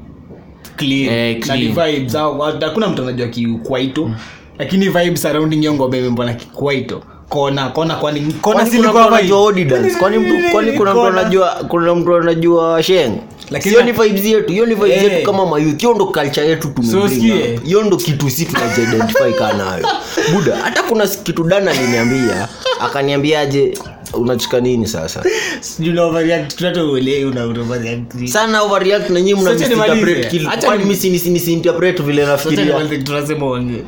[SPEAKER 5] clean
[SPEAKER 3] eh, Hmm.
[SPEAKER 5] na ni
[SPEAKER 3] clean.
[SPEAKER 5] vibes au wa- hakuna mtu anajua kiukwaito lakini vibe surrounding yongo bebe mbona kikwaito kona kona kwani kona
[SPEAKER 4] kwani kuna mtu
[SPEAKER 5] si ilikuwa vibe?
[SPEAKER 4] anajua Odi dance? Kwani mtu- kwani kuna mtu
[SPEAKER 5] Kona.
[SPEAKER 4] anajua kuna mtu anajua sheng
[SPEAKER 5] Lakini
[SPEAKER 4] hiyo
[SPEAKER 5] na-
[SPEAKER 4] ni vibes yetu hiyo ni vibes
[SPEAKER 5] Eh.
[SPEAKER 4] yetu kama mayouth hiyo ndo culture yetu tumebring
[SPEAKER 5] sikie.
[SPEAKER 4] up. hiyo ndo kitu si tunajiidentify kaa
[SPEAKER 5] [LAUGHS]
[SPEAKER 4] nayo buda hata kuna kitu dan aliniambia akaniambiaje unachika nini sasa
[SPEAKER 5] Sijui unaoverreact, tunatuelewa, una- unaoverreact.
[SPEAKER 4] sana overreact na nyinyi mna
[SPEAKER 5] Sasa nimalize.
[SPEAKER 4] misinterpret kil-
[SPEAKER 5] Acha
[SPEAKER 4] kwani
[SPEAKER 5] ni-
[SPEAKER 4] misi- misi- misinterpret vile
[SPEAKER 5] Sasa
[SPEAKER 4] nafikiria
[SPEAKER 5] ni- tunasema uongee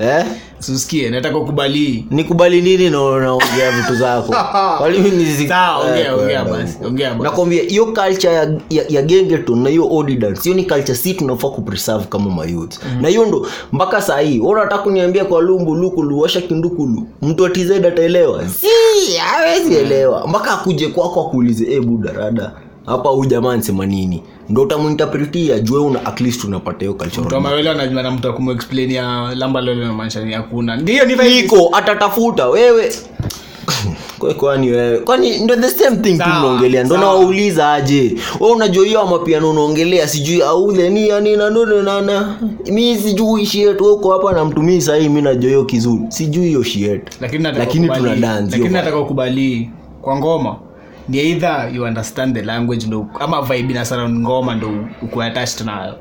[SPEAKER 4] eh
[SPEAKER 5] susikie nataka ukubali
[SPEAKER 4] nikubali nini na unaongea vitu
[SPEAKER 5] [LAUGHS]
[SPEAKER 4] zako Kwani mimi nisi-
[SPEAKER 5] Sawa, ongea,
[SPEAKER 4] Eh,
[SPEAKER 5] ongea
[SPEAKER 4] kwenda
[SPEAKER 5] basi,
[SPEAKER 4] huko.
[SPEAKER 5] ongea basi.
[SPEAKER 4] nakwambia hiyo culture ya, ya, ya gengeton na hiyo ordinance hiyo ni culture si tunafaa kupreserve kama mayouth
[SPEAKER 5] Mm.
[SPEAKER 4] na hiyo ndo mpaka saa hii wewe unataka kuniambia kwa lumbu lukulu washa kindukulu mtu atiz ataelewa si
[SPEAKER 5] Mm.
[SPEAKER 4] hawezi elewa mpaka akuje kwako akuulize e budarada hapa huyu jamaa nsema nini ndo utamuinterpretia jue una at least unapata hiyo
[SPEAKER 5] mtu wa
[SPEAKER 4] culture
[SPEAKER 5] mawele anajua na mtu akumuexplainia lamba lolo namaanisha ni hakuna ndiyo ni vibe.
[SPEAKER 4] iko atatafuta wewe Kwe- kwani wewe kwani ndo the same thing tu
[SPEAKER 5] Sawa,
[SPEAKER 4] unaongelea ndo
[SPEAKER 5] sawa.
[SPEAKER 4] nawauliza aje we unajua hiyo amapiano unaongelea sijui aule ni yani nanonenana mi sijui shiet we uko hapa na mtumii sahii mi najua hiyo kizuri sijui hiyo shiet
[SPEAKER 5] lakini nataka
[SPEAKER 4] Lakini
[SPEAKER 5] ukubali-
[SPEAKER 4] tuna dance,
[SPEAKER 5] lakini
[SPEAKER 4] yo.
[SPEAKER 5] nataka ukubali kwa ngoma ni either you understand the language ndo ama vibe na surround ngoma ndo uko attached nayo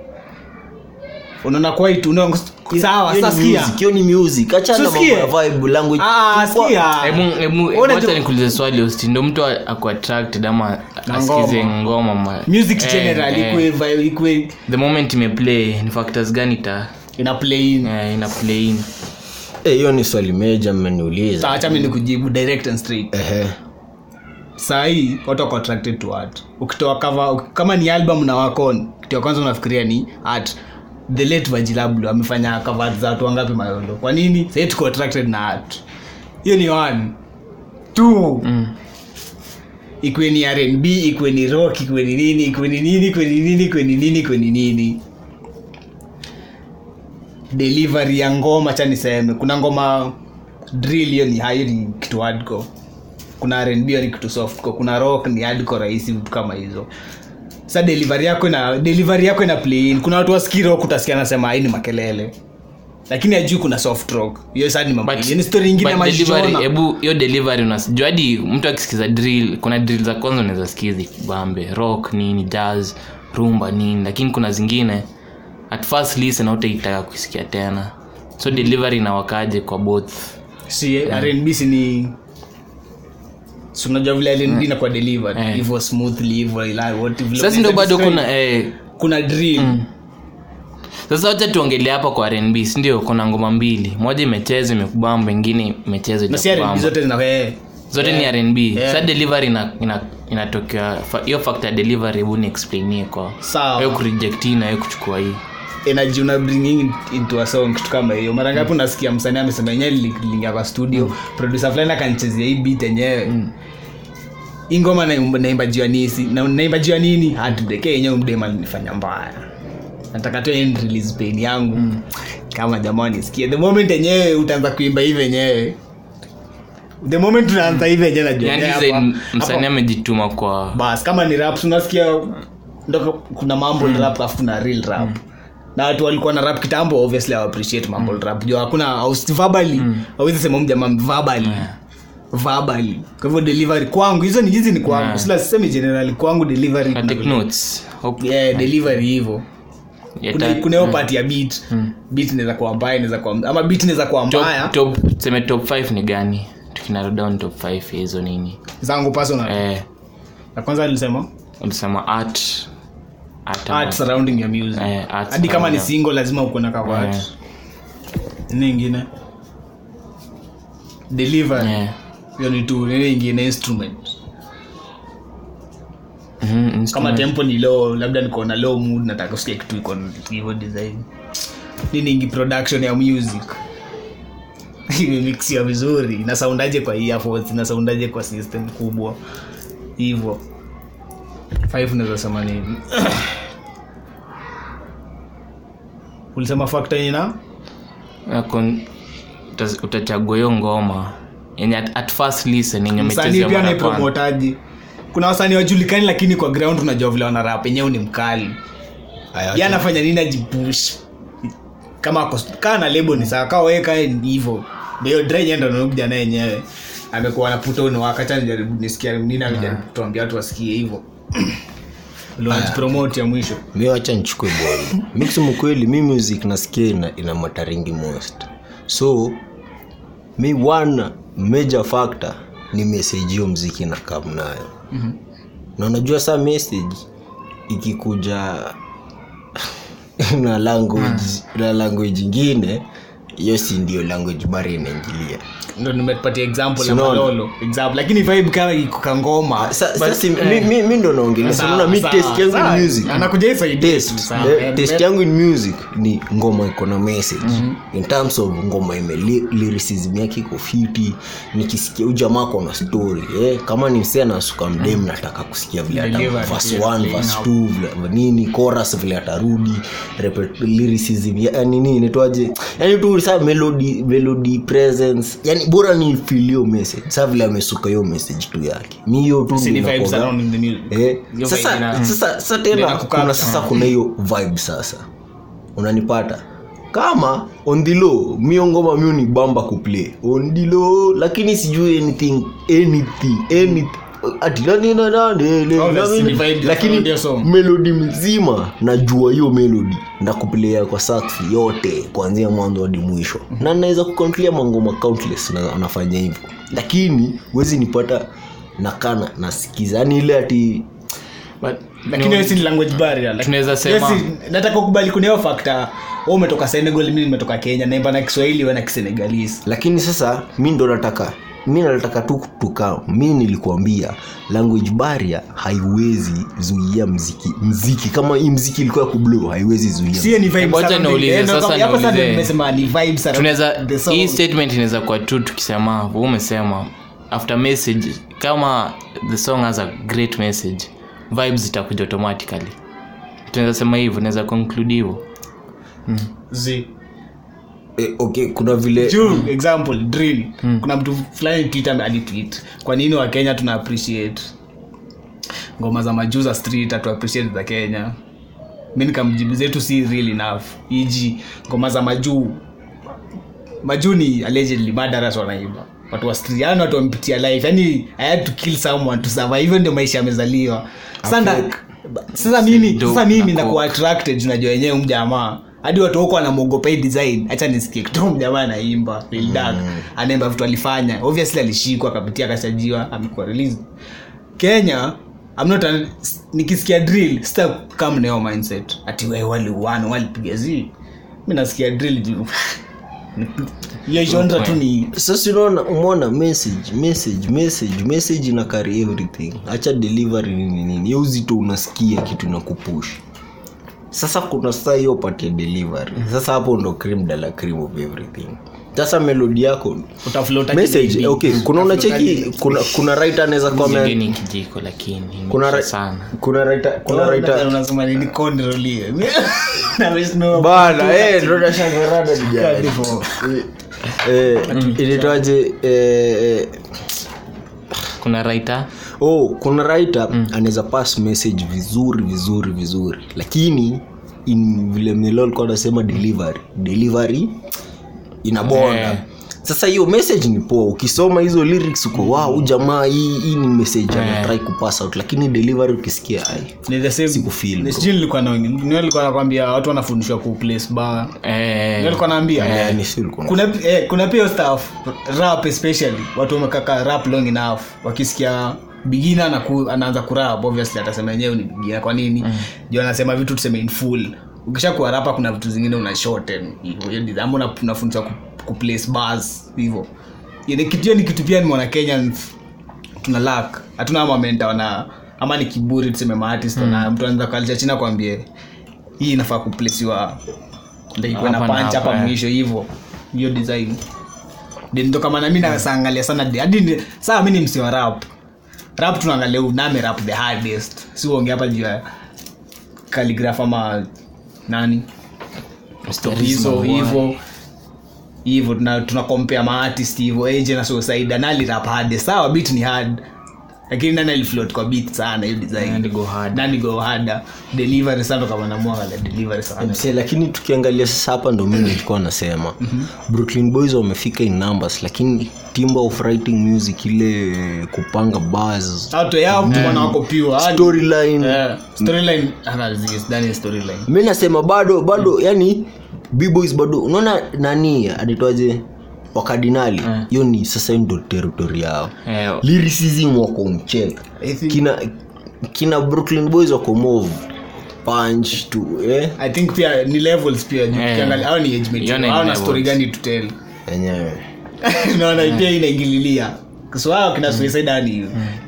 [SPEAKER 5] unaona kwaitu unaona sawa sasa sikia
[SPEAKER 4] hiyo ni music achana mambo
[SPEAKER 5] Tusikie.
[SPEAKER 4] ya vibe language
[SPEAKER 5] ah sikia
[SPEAKER 3] Hebu- hebu- hebu
[SPEAKER 5] Unajua-
[SPEAKER 3] acha nikuulize swali hosti ndo mtu a- ako attracted ama
[SPEAKER 5] Na
[SPEAKER 3] asikize
[SPEAKER 5] ngoma.
[SPEAKER 3] ngoma ma-
[SPEAKER 5] music
[SPEAKER 3] Eh,
[SPEAKER 5] general
[SPEAKER 3] eh.
[SPEAKER 5] ikwe vibe ikwe
[SPEAKER 3] the moment imeplay ni factors gani ita
[SPEAKER 5] ina play in
[SPEAKER 3] eh, ina play in
[SPEAKER 4] Eh, hiyo ni swali meja
[SPEAKER 5] Sawa,
[SPEAKER 4] mmeniuliza
[SPEAKER 5] acha mimi nikujibu direct and straight
[SPEAKER 4] Ehe.
[SPEAKER 5] saa hii watu wako attracted to art ukitoa cover uk- kama ni album na wakon kitu ya kwanza unafikiria ni art the late vajilablu amefanya cover za watu wangapi mayolo kwa nini sahii tuko attracted na art hiyo ni one two mm. ikwe ni rnb ikwe ni rock ikwe ni nini ikwe ni nini ikwe ni nini ikwe ni nini ikwe ni nini delivery ya ngoma cha niseme kuna ngoma drill hiyo ni hayo ni kitu hardcore kuna rnb hiyo ni kitu softcore kuna rock ni hardcore rahisi vitu kama hizo sa delivery yako na delivery yako ina play in kuna watu wasikii rock utasikia anasema hii ni makelele lakini ajui kuna soft rock hiyo saa ni mambo
[SPEAKER 3] But-
[SPEAKER 5] hiyo ni story ingine
[SPEAKER 3] but
[SPEAKER 5] ama
[SPEAKER 3] delivery-
[SPEAKER 5] shona.
[SPEAKER 3] hebu hiyo delivery unasijua hadi mtu akisikiza drill kuna drill za kwanza unaweza sikizi bambe rock nini jazz rumba nini lakini kuna zingine at first listen hautaitaka kusikia tena so delivery inawakaje kwa both
[SPEAKER 5] si eh,
[SPEAKER 3] Mm.
[SPEAKER 5] rnb si ni si unajua vile rnb inakuwa delivered
[SPEAKER 3] Eh.
[SPEAKER 5] hivyo smoothly hivyo ila wote vile
[SPEAKER 3] sasa ndio
[SPEAKER 5] unaweza
[SPEAKER 3] bado
[SPEAKER 5] describe.
[SPEAKER 3] kuna Mm. eh,
[SPEAKER 5] kuna drill
[SPEAKER 3] sasa wacha tuongelea hapa kwa rnb sindio kuna ngoma mbili moja imecheza imekubamba ingine imecheza
[SPEAKER 5] na si rnb
[SPEAKER 3] ijakubamba.
[SPEAKER 5] zote zina eh,
[SPEAKER 3] zote ni rnb
[SPEAKER 5] Yeah.
[SPEAKER 3] sa delivery ina- ina- inatokea fa- hiyo factor ya delivery hebu niexplainie kwa
[SPEAKER 5] Sawa.
[SPEAKER 3] wewe kureject hii na wewe kuchukua hii
[SPEAKER 5] energy una bringing in- into a song kitu kama hiyo mara ngapi unasikia msanii amesema yenyewe lilingia kwa studio producer fulani akanichezea hii beat yenyewe ingoma naimba jua nisi na- naimba jua nini heartbreak Eh, yenyewe mdema alinifanya mbaya nataka tu end release pain yangu kama jamani sikia the moment yenyewe utaanza kuimba hivi yenyewe the moment unaanza hivi yenyewe najua
[SPEAKER 3] yani
[SPEAKER 5] yeah,
[SPEAKER 3] sasa
[SPEAKER 5] hapa-
[SPEAKER 3] Yaani msanii
[SPEAKER 5] hapa-
[SPEAKER 3] amejituma kwa
[SPEAKER 5] bas kama ni rap unasikia ndo kuna mambo
[SPEAKER 3] Hmm.
[SPEAKER 5] mm. rap alafu kuna real rap na watu walikuwa na rap kitambo obviously I appreciate mambo
[SPEAKER 3] Hmm.
[SPEAKER 5] rap juu hakuna haus- verbally hawezi sema huyu jamaa verbally verbally kwa hivyo delivery kwangu hizo ni jinsi ni kwangu
[SPEAKER 3] Yeah.
[SPEAKER 5] sila sisemi generally kwangu delivery
[SPEAKER 3] na take notes Hope-
[SPEAKER 5] yeah delivery hivyo
[SPEAKER 3] ya
[SPEAKER 5] kuna
[SPEAKER 3] ta- Mm.
[SPEAKER 5] kuna hiyo part ya beat beat inaweza kuwa mbaya inaweza kuwa ama beat inaweza kuwa
[SPEAKER 3] Hmm. top,
[SPEAKER 5] mbaya
[SPEAKER 3] top, seme top 5 ni gani tukinaro down top 5 hizo nini
[SPEAKER 5] zangu personal
[SPEAKER 3] eh
[SPEAKER 5] na kwanza nilisema
[SPEAKER 3] ulisema art art ama-
[SPEAKER 5] art surrounding your music
[SPEAKER 3] Eh, art
[SPEAKER 5] hadi kama ni
[SPEAKER 3] surrounding-
[SPEAKER 5] single lazima uko na cover art
[SPEAKER 3] Eh.
[SPEAKER 5] Nini ingine deliver hiyo
[SPEAKER 3] Eh.
[SPEAKER 5] ni tu nini ingine instrument
[SPEAKER 3] Mhm,
[SPEAKER 5] kama
[SPEAKER 3] instrument.
[SPEAKER 5] tempo ni low labda niko na low mood nataka usikie kitu iko na hivyo design nini ingi production ya music [LAUGHS] imemixiwa vizuri inasaundaje kwa earphones inasaundaje kwa system kubwa hivyo five unaweza sema nini [CLEARS THROAT] ulisema factor ina
[SPEAKER 3] Na kon- utas- utachagua hiyo ngoma yenye at, at first listen yenye
[SPEAKER 5] msanii
[SPEAKER 3] umechezea
[SPEAKER 5] pia
[SPEAKER 3] mara kwanza.
[SPEAKER 5] naipromotaji kuna wasanii wajulikani lakini kwa ground unajua vile wanarap enyewe ni mkali okay. anafanya nini ajipush kama ako- kaa na lebo ni sawa kaa weka hivo ndio drenyendonkuja naye yenyewe amekuwa anaputa unowakachanijaribu nisikia nini amejaribu kutuambia watu wasikie [CLEARS THROAT] Ah, hivo promote ya mwisho
[SPEAKER 4] mi wacha nchukue bol mi kusema kweli mi music nasikia ina, ina mataringi most so mi one major factor ni message hiyo mziki na kam nayo
[SPEAKER 5] Mhm.
[SPEAKER 4] na unajua saa message ikikuja [LAUGHS] na language
[SPEAKER 5] Ah.
[SPEAKER 4] na language ingine hiyo si ndio language bari inaingilia
[SPEAKER 5] ndo nimepatia example ya
[SPEAKER 4] Sinaona.
[SPEAKER 5] malolo example lakini vibe kama ikuka ngoma eh.
[SPEAKER 4] Sa- sasa mi- mi- mi ndo naongelea sanaona mi
[SPEAKER 5] Sawa,
[SPEAKER 4] taste yangu
[SPEAKER 5] sawa.
[SPEAKER 4] ni music
[SPEAKER 5] anakuja hii side yetu,
[SPEAKER 4] taste
[SPEAKER 5] sawa.
[SPEAKER 4] Eh, taste yangu in music ni ngoma iko na message
[SPEAKER 5] Mhm.
[SPEAKER 4] in terms of ngoma ime li- lyricism yake iko fiti nikisikia ujamaa kona story eh, kama ni msee anasuka mdem nataka kusikia vile ata-
[SPEAKER 5] Mhm. Delivery,
[SPEAKER 4] verse
[SPEAKER 5] yeah,
[SPEAKER 4] one, verse two, vile- nini chorus vile atarudi repet- lyricism ya- yani nini inaitwaje yani tu saa melody melody presence yani bora ni feel hiyo message saa vile amesuka hiyo message tu yake mi hiyo tu
[SPEAKER 5] Si ni
[SPEAKER 4] ndio
[SPEAKER 5] vibes
[SPEAKER 4] nakuwaga-
[SPEAKER 5] around in the music.
[SPEAKER 4] Eh,
[SPEAKER 5] Hiyo
[SPEAKER 4] sasa-
[SPEAKER 5] vibe ina-
[SPEAKER 4] sasa sasa
[SPEAKER 5] Ndio
[SPEAKER 4] tena
[SPEAKER 5] nakukata.
[SPEAKER 4] kuna sasa kuna hiyo vibe sasa unanipata kama ondilo mio ngoma mio ni bamba kuplay ondilo lakini sijui anything anything anything ati nani na nani, ele-
[SPEAKER 5] Obviously,
[SPEAKER 4] nani.
[SPEAKER 5] ni vibe
[SPEAKER 4] lakini
[SPEAKER 5] ndio song.
[SPEAKER 4] melodi mzima najua hiyo melodi ndakupelea kwa sakfi yote kuanzia mwanzo hadi mwisho
[SPEAKER 5] Mhm.
[SPEAKER 4] na naweza kukauntilia mangoma countless na nafanya hivyo lakini huwezi nipata nakana nasikiza yani ile ati
[SPEAKER 3] But,
[SPEAKER 5] lakini
[SPEAKER 3] no,
[SPEAKER 5] hiyo si ni language barrier lakini-
[SPEAKER 3] Tunaweza
[SPEAKER 5] hiyo
[SPEAKER 3] sema-
[SPEAKER 5] si- nataka kukubali kuna hiyo factor wewe umetoka senegal mimi nimetoka kenya naimba na kiswahili wewe na kisenegalese
[SPEAKER 4] lakini sasa mi ndo nataka mi nataka tu tuka mi nilikuambia language barrier haiwezi zuia mziki mziki kama hii mziki ilikuwa ya kublo haiwezi zuia
[SPEAKER 5] Sio ni vibe
[SPEAKER 3] Ngoja
[SPEAKER 5] surrounding-
[SPEAKER 3] niulize,
[SPEAKER 5] eh, ndo
[SPEAKER 3] sasa
[SPEAKER 5] kama- hapo sasa
[SPEAKER 3] niulize.
[SPEAKER 5] nimesema ni vibe surrounding
[SPEAKER 3] tunaweza
[SPEAKER 5] Eh, the song.
[SPEAKER 3] hii statement inaweza kuwa tu tukisema wewe umesema after message kama the song has a great message vibes itakuja automatically tunaweza sema hivyo tunaweza conclude hivyo
[SPEAKER 5] Zi.
[SPEAKER 4] eh, okay kuna vile
[SPEAKER 5] Juu, example drill
[SPEAKER 3] Hmm.
[SPEAKER 5] kuna mtu fulani twitter alitweet kwa nini wa kenya tuna appreciate ngoma za majuu za street hatu appreciate za kenya mi nikamjibu zetu si real enough iji ngoma za majuu majuu ni allegedly madaras wanaimba watu wastriani watu wamepitia life yani i had to kill someone to survive hivyo ndio maisha yamezaliwa sanda sasa mimi
[SPEAKER 3] Dope
[SPEAKER 5] sasa mimi
[SPEAKER 3] na
[SPEAKER 5] nakuwa attracted unajua wenyewe mjamaa hadi watu wako wanamwogopea hii design hacha nisikie kitu mjamaa anaimba
[SPEAKER 4] Mm.
[SPEAKER 5] Lil Durk anaimba vitu alifanya obviously alishikwa akapitia akachajiwa amekuwa released kenya I'm not an, s- nikisikia drill sita kam nayo mindset ati wewe waliuana walipiga zi mi nasikia drill juu hiyo genre tu ni
[SPEAKER 4] sasa unaona umeona message message message message ina carry everything acha delivery nini nini hiyo uzito unasikia kitu na kupush sasa kuna saa hiyo pati ya delivery sasa hapo ndo cream de la cream of everything sasa melodi yako
[SPEAKER 5] utaflota
[SPEAKER 4] message okay kuna unacheki kuna kuna writer anaweza comment
[SPEAKER 3] ingine ni kijiko lakini
[SPEAKER 4] kuna
[SPEAKER 3] imeisha
[SPEAKER 4] ri-
[SPEAKER 3] sana Oh,
[SPEAKER 4] kuna writer kuna writer
[SPEAKER 5] unasema nini control [LAUGHS] hiyo na wish no
[SPEAKER 4] bana eh ndio nashangarada vijana eh ilitoaje eh eh,
[SPEAKER 3] kuna raita
[SPEAKER 4] oh kuna writer anaweza pass message vizuri vizuri vizuri lakini in vile mnilo alikuwa anasema delivery delivery inabonda
[SPEAKER 3] Eh.
[SPEAKER 4] sasa hiyo message ni poa ukisoma hizo lyrics uko wow huu jamaa hii hii ni message
[SPEAKER 3] Eh.
[SPEAKER 4] anatry kupass out lakini delivery ukisikia ai
[SPEAKER 5] ni the same
[SPEAKER 4] Sikufeel, bro.
[SPEAKER 5] sijui nilikuwa na wengine niwe nilikuwa nakwambia watu wanafundishwa ku place bar Niwe
[SPEAKER 3] eh,
[SPEAKER 5] nilikuwa naambia
[SPEAKER 4] yani sio Yaani kuna
[SPEAKER 5] kuna eh, kuna pia staff rap especially watu wamekaka rap long enough wakisikia bigina anaku, anaanza kurap obviously atasema yenyewe ni bigina kwa nini mm. juu anasema vitu tuseme in full ukishakuwa rapa kuna vitu zingine una shorten hivyo. Hiyo ndio- ama una- unafunzwa ku- ku place bars hivyo Ile kitu hiyo ni kitu pia ni mwana Kenyan tuna lack hatuna mamenta wana ama ni kiburi tuseme maartist na mtu anaweza kalcha china kwambie hii inafaa kuplesiwa ndaikuwa na
[SPEAKER 3] Hapa na
[SPEAKER 5] pancha hapa
[SPEAKER 3] hapa, eh.
[SPEAKER 5] mwisho hivyo hiyo design Ndio ndo kama nami nasaangalia sana de- hadi ni- saa mi ni msi wa rap rap tunaangalia huyu, nami rap the hardest si uongea hapa juu ya calligraph ama nani hizo hivo hivo tuna, tuna compare maartist hivo Agent na suicide anali rap hard sawa beat ni hard lakini nani alifloat kwa beat sana hiyo design
[SPEAKER 3] Nani go hard.
[SPEAKER 5] nani go harder delivery sana kama namwanga la delivery sana
[SPEAKER 4] Mse, lakini tukiangalia sasa hapa ndo mimi nilikuwa nasema brooklyn boys wamefika in numbers lakini timber of writing music ile kupanga bars
[SPEAKER 5] watu yao mbona wako pure hadi-
[SPEAKER 4] storyline
[SPEAKER 5] Eh, storyline analysis ndani storyline
[SPEAKER 4] mi nasema bado bado yani bboys bado unaona nani anaitwaje wakardinali hiyo ni sasa hiyo ndo territory yao
[SPEAKER 3] eh,
[SPEAKER 4] lyricism wako mcheka kina kina brooklyn boys wako move punch tu eh
[SPEAKER 5] i think pia ni levels pia juu
[SPEAKER 3] Eh.
[SPEAKER 5] ukiangalia au ni age mate
[SPEAKER 3] Iona ni
[SPEAKER 5] au na
[SPEAKER 3] levels.
[SPEAKER 5] story gani [LAUGHS] tuteli
[SPEAKER 4] enyewe
[SPEAKER 5] naona pia inaingililia kiswao
[SPEAKER 3] Mm.
[SPEAKER 5] kina suicide hadi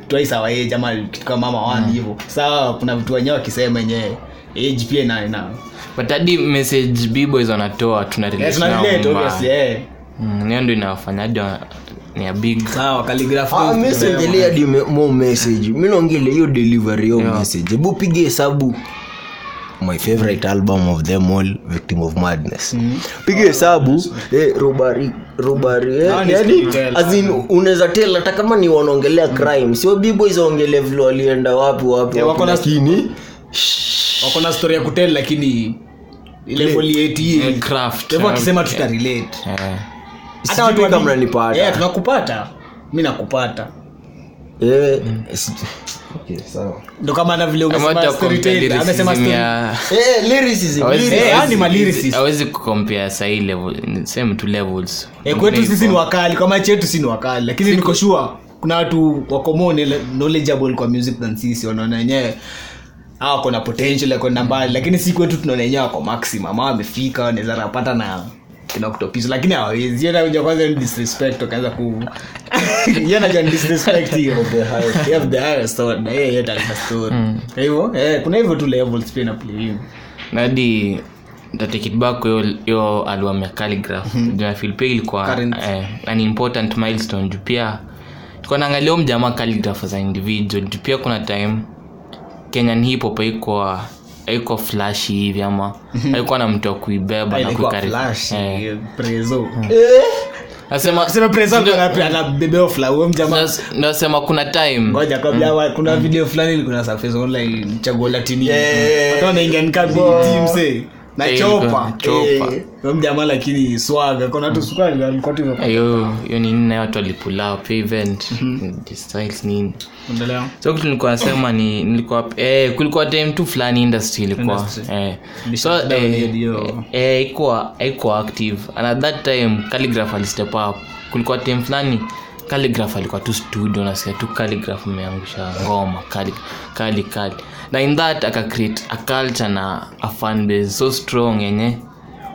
[SPEAKER 5] twice our age ama kitu kama mama wani
[SPEAKER 3] Mm.
[SPEAKER 5] hivyo sawa kuna vitu wenyewe wakisema yenyewe age pia ina ina
[SPEAKER 3] but hadi message bboys wanatoa tuna
[SPEAKER 5] yes
[SPEAKER 3] relate
[SPEAKER 5] na
[SPEAKER 3] nao
[SPEAKER 5] relate
[SPEAKER 3] mbaya.
[SPEAKER 5] obviously eh
[SPEAKER 3] Mm, hiyo ndo inawafanya hadi wa- ni ya big
[SPEAKER 5] sawa calligraph
[SPEAKER 4] Ah, message ile hadi me- mo message mi naongele hiyo delivery yo message hebu piga hesabu my favorite album of them all victim of madness
[SPEAKER 5] Mm-hmm.
[SPEAKER 4] piga hesabu eh, robari robari eh,
[SPEAKER 5] Ah, ni
[SPEAKER 4] yani,
[SPEAKER 5] storyteller.
[SPEAKER 4] as in unaweza tell hata kama ni wanaongelea
[SPEAKER 5] Mm.
[SPEAKER 4] crime sio bboys waongele vile walienda wapi wapi
[SPEAKER 5] Yeah,
[SPEAKER 4] wapi,
[SPEAKER 5] Eh, wako na-
[SPEAKER 4] lakini
[SPEAKER 5] wako na story ya kutel lakini level 80
[SPEAKER 3] Eh, craft
[SPEAKER 5] hivyo akisema tuta relate
[SPEAKER 3] eh,
[SPEAKER 5] hata watu
[SPEAKER 4] kama
[SPEAKER 5] wadi-
[SPEAKER 4] mnanipata.
[SPEAKER 5] eh tunakupata mimi nakupata
[SPEAKER 4] eh,
[SPEAKER 5] Mm.
[SPEAKER 4] si- okay, sawa.
[SPEAKER 5] ndo kama na vile
[SPEAKER 3] Ama
[SPEAKER 5] umesema
[SPEAKER 3] hata compare
[SPEAKER 5] storyteller amesema
[SPEAKER 3] lyricism
[SPEAKER 5] story
[SPEAKER 3] ya-
[SPEAKER 4] Eh, lyricism,
[SPEAKER 3] hawezi-
[SPEAKER 4] lyricism.
[SPEAKER 5] Eh,
[SPEAKER 3] hawezi-
[SPEAKER 5] yani malyricist.
[SPEAKER 3] hawezi kukompea sahii level ni same tu levels
[SPEAKER 5] Eh, kwetu sisi ni wakali kwa macho yetu si ni wakali lakini niko sure kuna watu wako more knowle- knowledgeable kwa music than sisi wanaona wenyewe hawa wako na potential ya kwenda mbali lakini si kwetu tunaona wenyewe wako maximum hawa wamefika wanaweza napata na kinakutopizwa lakini hawawezi yeye anakuja kwanza ni disrespect wakaanza ku [LAUGHS] yeye anajua ni disrespect hiyo You have the highest one na yeye yeye ana story Kwa hivyo eh kuna hivyo tu levels pia na play hiyo
[SPEAKER 3] nadi tatekitbako hiyo album ya calligraph nafil pia ilikuwa
[SPEAKER 5] Mhm. Current.
[SPEAKER 3] eh, an important milestone juu pia tulikuwa naangalia huyu mjamaa calligraph za individual juu pia kuna time kenyan hip hop haikuwa haiko flashi hivi ama
[SPEAKER 5] Mhm.
[SPEAKER 3] haikuwa na mtu wa kuibeba na
[SPEAKER 5] ilikuwa
[SPEAKER 3] kuikari-
[SPEAKER 5] flash
[SPEAKER 3] eh.
[SPEAKER 5] prezo
[SPEAKER 3] Nasema-
[SPEAKER 5] sema prezo anabebeo flow mjamaa
[SPEAKER 3] nas- nasema kuna time
[SPEAKER 5] ngoja kabla
[SPEAKER 3] Hmm.
[SPEAKER 5] hawa- kuna video fulani ilikuwa na surface online chaguo la tini hata wanaingia ni kama BET mse na
[SPEAKER 3] Eh,
[SPEAKER 5] chopa
[SPEAKER 3] chopa.
[SPEAKER 5] Eh, huyo mjamaa lakini swaga kuna
[SPEAKER 3] Hmm.
[SPEAKER 5] tu sukari na alikuwa tu hivyo.
[SPEAKER 3] hiyo hiyo ni nini nayo watu walipulao pia event the styles nini
[SPEAKER 5] Endelea.
[SPEAKER 3] so kitu nilikuwa nasema ni nilikuwa eh, kulikuwa time tu fulani industry ilikuwa
[SPEAKER 5] Industry.
[SPEAKER 3] eh, so
[SPEAKER 5] Ilishut down
[SPEAKER 3] eh,
[SPEAKER 5] hiyo.
[SPEAKER 3] eh, haikuwa haikuwa active and at that time calligraph alistep up kulikuwa time fulani calligraph alikuwa tu studio nasikia tu calligraph ameangusha ngoma kali kali kali na in that aka create a culture na a fan base so strong yenye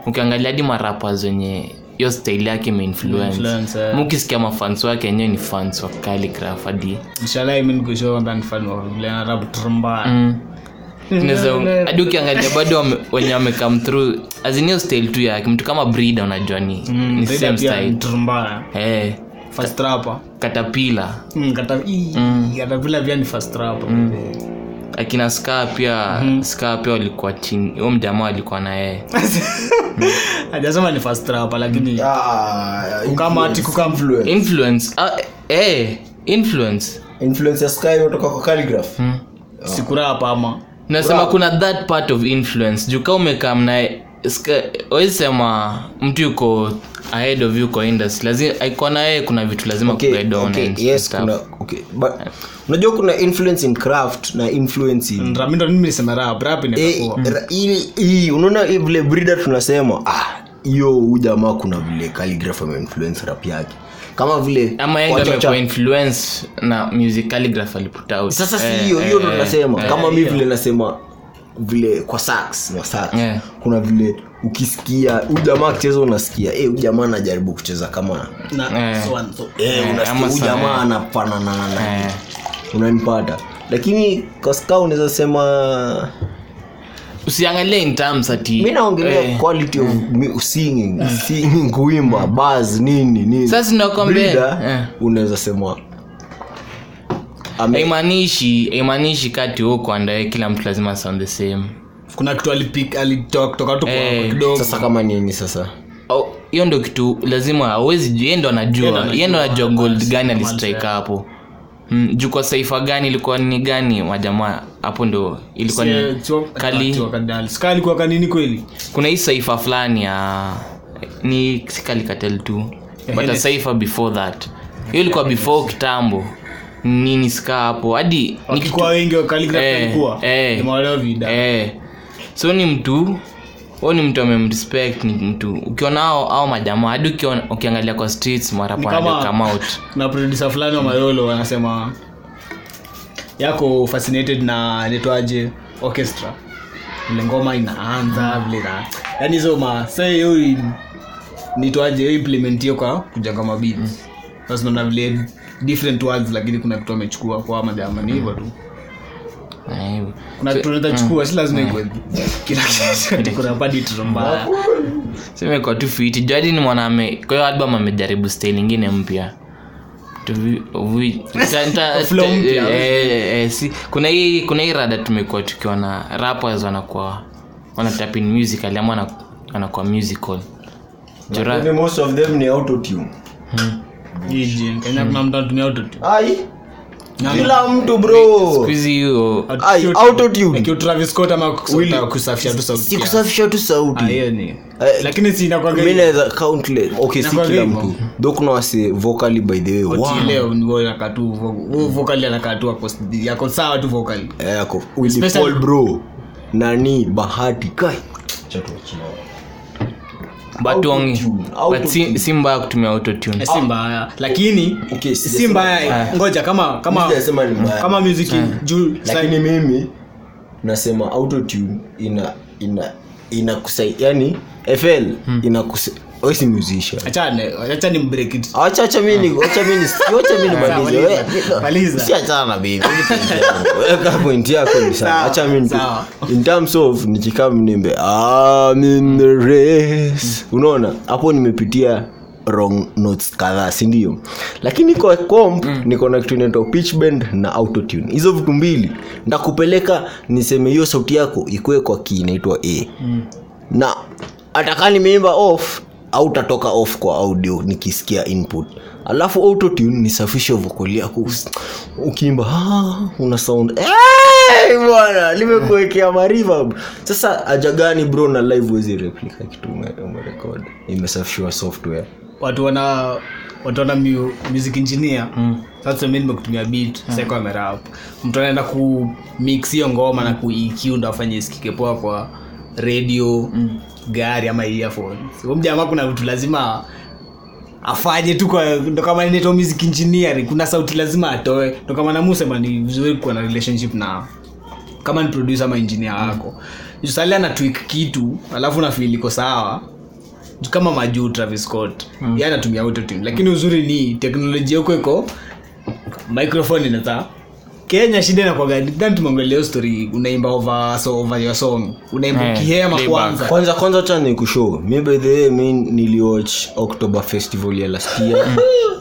[SPEAKER 3] ukiangalia hadi marapa zenye hiyo style yake
[SPEAKER 5] Imeinfluence, eh.
[SPEAKER 3] imeinfluence mukisikia mafans wake yenyewe ni fans wa calligraph hadi
[SPEAKER 5] Inshallah, mimi niko sure kwamba ni fan wa Juliana Rabu Trumba.
[SPEAKER 3] Mm.
[SPEAKER 5] [LAUGHS]
[SPEAKER 3] Unaweza- hadi ukiangalia bado wame- wenye wamecome through azinio style tu yake mtu kama brida unajua ni,
[SPEAKER 5] Hmm,
[SPEAKER 4] Mm,
[SPEAKER 3] ni same style
[SPEAKER 6] turumbana
[SPEAKER 3] eh
[SPEAKER 5] first rapper
[SPEAKER 3] katapila
[SPEAKER 5] mm, kata, ii,
[SPEAKER 3] Hmm.
[SPEAKER 5] katapila pia ni first rapper
[SPEAKER 3] akina ska pia
[SPEAKER 4] Mm-hmm.
[SPEAKER 3] mm pia walikuwa chini huyo mjamaa alikuwa na yeye
[SPEAKER 5] hajasema ni first rapper lakini
[SPEAKER 4] Hmm. Ah,
[SPEAKER 5] kama ati kukam
[SPEAKER 3] influence ah, eh influence
[SPEAKER 4] influenceaskytoka kwa calligraph
[SPEAKER 3] Hmm,
[SPEAKER 5] sikurapa ama
[SPEAKER 3] nasema kuna that part of influence juu kaa umekam na wezisema mtu yuko ahead of you kwa industry lazima aikuwa na yeye kuna vitu lazima
[SPEAKER 4] Okay,
[SPEAKER 3] kuguide on
[SPEAKER 4] okay,
[SPEAKER 3] and
[SPEAKER 4] yes,
[SPEAKER 3] stuff.
[SPEAKER 4] kuna- okay, but- unajua kuna influence in craft na influence
[SPEAKER 3] Hmm.
[SPEAKER 4] in
[SPEAKER 5] ramindo mimi niseme rap rap
[SPEAKER 4] Eh,
[SPEAKER 5] inakuwa
[SPEAKER 4] ra- ili- hii, unaona hii vile brida tunasema ah hiyo huyu jamaa kuna vile calligraph ameinfluence rap yake kama vile
[SPEAKER 3] ama yeye
[SPEAKER 4] wachacha-
[SPEAKER 3] ndio amekuwa influence na music calligraph aliput out
[SPEAKER 4] sasa si
[SPEAKER 3] Eh,
[SPEAKER 4] hiyo hiyo
[SPEAKER 3] eh,
[SPEAKER 4] ndo nasema
[SPEAKER 3] eh,
[SPEAKER 4] kama mi vile nasema vile kwa sax na sax
[SPEAKER 3] Yeah.
[SPEAKER 4] kuna vile ukisikia huyu jamaa akicheza unasikia eh huyu jamaa anajaribu kucheza kama
[SPEAKER 3] eh,
[SPEAKER 4] eh
[SPEAKER 3] Eh,
[SPEAKER 4] unasikia
[SPEAKER 3] ama
[SPEAKER 4] huyu
[SPEAKER 3] sana,
[SPEAKER 4] jamaa
[SPEAKER 3] eh.
[SPEAKER 4] anafanana na
[SPEAKER 3] eh.
[SPEAKER 4] unanipata lakini kwa ska unaweza sema
[SPEAKER 3] usiangalie in terms ati
[SPEAKER 4] mi naongelea
[SPEAKER 3] eh,
[SPEAKER 4] quality of mu- singing singing kuimba buzz nini nini
[SPEAKER 3] Sasa nakwambia,
[SPEAKER 4] Breeder,
[SPEAKER 3] eh.
[SPEAKER 4] unaweza sema ame-
[SPEAKER 3] haimaanishi haimaanishi kati huko andae kila mtu lazima sound the same
[SPEAKER 5] kuna kitu alipik alitoa kutoka tu kwa
[SPEAKER 3] Eh,
[SPEAKER 5] kwa kidogo
[SPEAKER 4] sasa kama nini sasa
[SPEAKER 3] Au- hiyo ndo kitu lazima awezi juu yeye ndo anajua yeye ndo anajua gold gani alistrike hapo Mm, juu kwa saifa gani ilikuwa ni gani wajamaa hapo ndo ilikuwa ni
[SPEAKER 5] Eh, chua-
[SPEAKER 3] kali
[SPEAKER 5] chua kadali. Sika alikuwa kanini kweli
[SPEAKER 3] kuna hii saifa fulani ya ni sikalikatel tu but a saifa before that hiyo ilikuwa before kitambo nini sika hapo hadi ni kitu-
[SPEAKER 5] wakikuwa wengi
[SPEAKER 3] Eh,
[SPEAKER 5] wakaligrafikuwa
[SPEAKER 3] eh.
[SPEAKER 5] imawaleo vida
[SPEAKER 3] eh, so ni mtu huo ni mtu amemrespect ni mtu ukiona ao au majamaa hadi ukiona- ukiangalia kwa streets mara
[SPEAKER 5] Ni
[SPEAKER 3] hapo anaja
[SPEAKER 5] kama-
[SPEAKER 3] come out
[SPEAKER 5] na produsa fulani wa mayolo wanasema yako fascinated na inaitwaje orchestra vile ngoma inaanza vile na yani hizo masee hiyo nitwaje hiyo implement hiyo kwa kujaga mabit sasa naona vile different words lakini kuna kitu amechukua kwa majama ni hivyo tu
[SPEAKER 3] Eh, hivyo.
[SPEAKER 5] kuna kitu unaweza chukua si lazima ikuwe Mm. [LAUGHS] kila kitu kuna badi tu mbaya
[SPEAKER 3] So imekuwa tu fiti jadi ni mwaname kwa hiyo album amejaribu style ingine mpya Tu vi-
[SPEAKER 5] [LAUGHS]
[SPEAKER 3] vi- nita- nita-
[SPEAKER 5] Flow mpya.
[SPEAKER 3] eh, eh, eh, si- kuna hii kuna hii rada tumekuwa tukiona rappers wanakuwa wanatapin musical ama wana- wanakuwa musical Ju ra-
[SPEAKER 4] Lakini Yaani most of them ni autotune
[SPEAKER 5] jiji Kenya kuna mtu anatumia auto tune
[SPEAKER 4] ai kila mtu bro
[SPEAKER 3] siku hizi hiyo
[SPEAKER 4] ai autotune
[SPEAKER 5] ikiwa Travis Scott ama kusa-
[SPEAKER 4] Willy.
[SPEAKER 5] kusafisha tu sauti
[SPEAKER 4] si
[SPEAKER 5] yake.
[SPEAKER 4] kusafisha tu sauti
[SPEAKER 5] Ah, hiyo ni
[SPEAKER 4] Eh,
[SPEAKER 5] lakini si inakuwaga
[SPEAKER 4] mi naweza countless okay si
[SPEAKER 5] Inakuwa
[SPEAKER 4] kila
[SPEAKER 5] hivyo.
[SPEAKER 4] mtu dho kuna wase vocally by the way wow.
[SPEAKER 5] Oti leo ni wewe unakaa tu vo- wewe vocal anakaa tu hapo, yako sawa tu vocal
[SPEAKER 4] Eh, yako Willy
[SPEAKER 5] Especially-
[SPEAKER 4] Paul bro nani bahati kai Chato, chino.
[SPEAKER 3] but onge
[SPEAKER 4] Autotune,
[SPEAKER 3] but si,
[SPEAKER 4] autotune.
[SPEAKER 3] si mbaya kutumia autotune
[SPEAKER 5] Eh, si mbaya lakini
[SPEAKER 4] Ah. Okay,
[SPEAKER 5] si
[SPEAKER 4] sijasema-
[SPEAKER 5] mbaya ngoja kama kama
[SPEAKER 4] Mi sijasema ni mbaya. Ah.
[SPEAKER 5] kama music juu
[SPEAKER 4] lakini mimi nasema autotune ina ina inakusai yani fl
[SPEAKER 5] Hmm.
[SPEAKER 4] inakusa wesi musician
[SPEAKER 5] achane acha ni break it
[SPEAKER 4] acha acha mimi acha mimi acha mimi nimalize
[SPEAKER 5] maliza,
[SPEAKER 4] Wewe-
[SPEAKER 5] maliza.
[SPEAKER 4] si achana na bibi
[SPEAKER 5] [LAUGHS]
[SPEAKER 4] weka point yako ni sawa
[SPEAKER 5] Sawa,
[SPEAKER 4] acha mimi tu.
[SPEAKER 5] sawa.
[SPEAKER 4] in terms of nikikaa mnimbe I'm in the race unaona hapo nimepitia wrong notes kadhaa si ndio lakini kwa comp
[SPEAKER 5] Mm.
[SPEAKER 4] niko na kitu inaitwa pitch bend na autotune hizo vitu mbili ndakupeleka niseme hiyo sauti yako ikuwe kwa kii inaitwa a
[SPEAKER 5] Mm.
[SPEAKER 4] na atakaa nimeimba off au tatoka off kwa audio nikisikia input alafu autotune ni safisho vokoli yako Usi- ukiimba "Ah," una sound "Hey, bwana limekuwekea marivab sasa aja gani bro na live wezi replika kitu ume- umerekod imesafishiwa software
[SPEAKER 5] watu wana watu wana mu, music engineer sasa tuseme nimekutumia beat mm. seko amerap mtu anaenda ku mix hiyo ngoma na ku EQ ndo afanye isikike poa kwa radio mm. gari ama earphone so mjamaa kuna vitu lazima afanye tu kwa ndo kama inaitwa music engineering kuna sauti lazima atoe ndo kama namusema ni vizuri kuwa na relationship na kama ni producer ama engineer wako mm. sali ana tweak kitu alafu nafeel iko sawa kama majuu travis scott mm.
[SPEAKER 3] Hmm.
[SPEAKER 5] ye anatumia autotune lakini uzuri ni teknolojia huko iko microphone inaza kenya shida nakwagaantumeongeleo story unaimba over, so over your song unaimba
[SPEAKER 3] Eh,
[SPEAKER 5] ukihema
[SPEAKER 3] playback.
[SPEAKER 5] kwanza
[SPEAKER 4] kwanza kwanza cha ni kushow mi by the way mi niliwatch october festival ya last year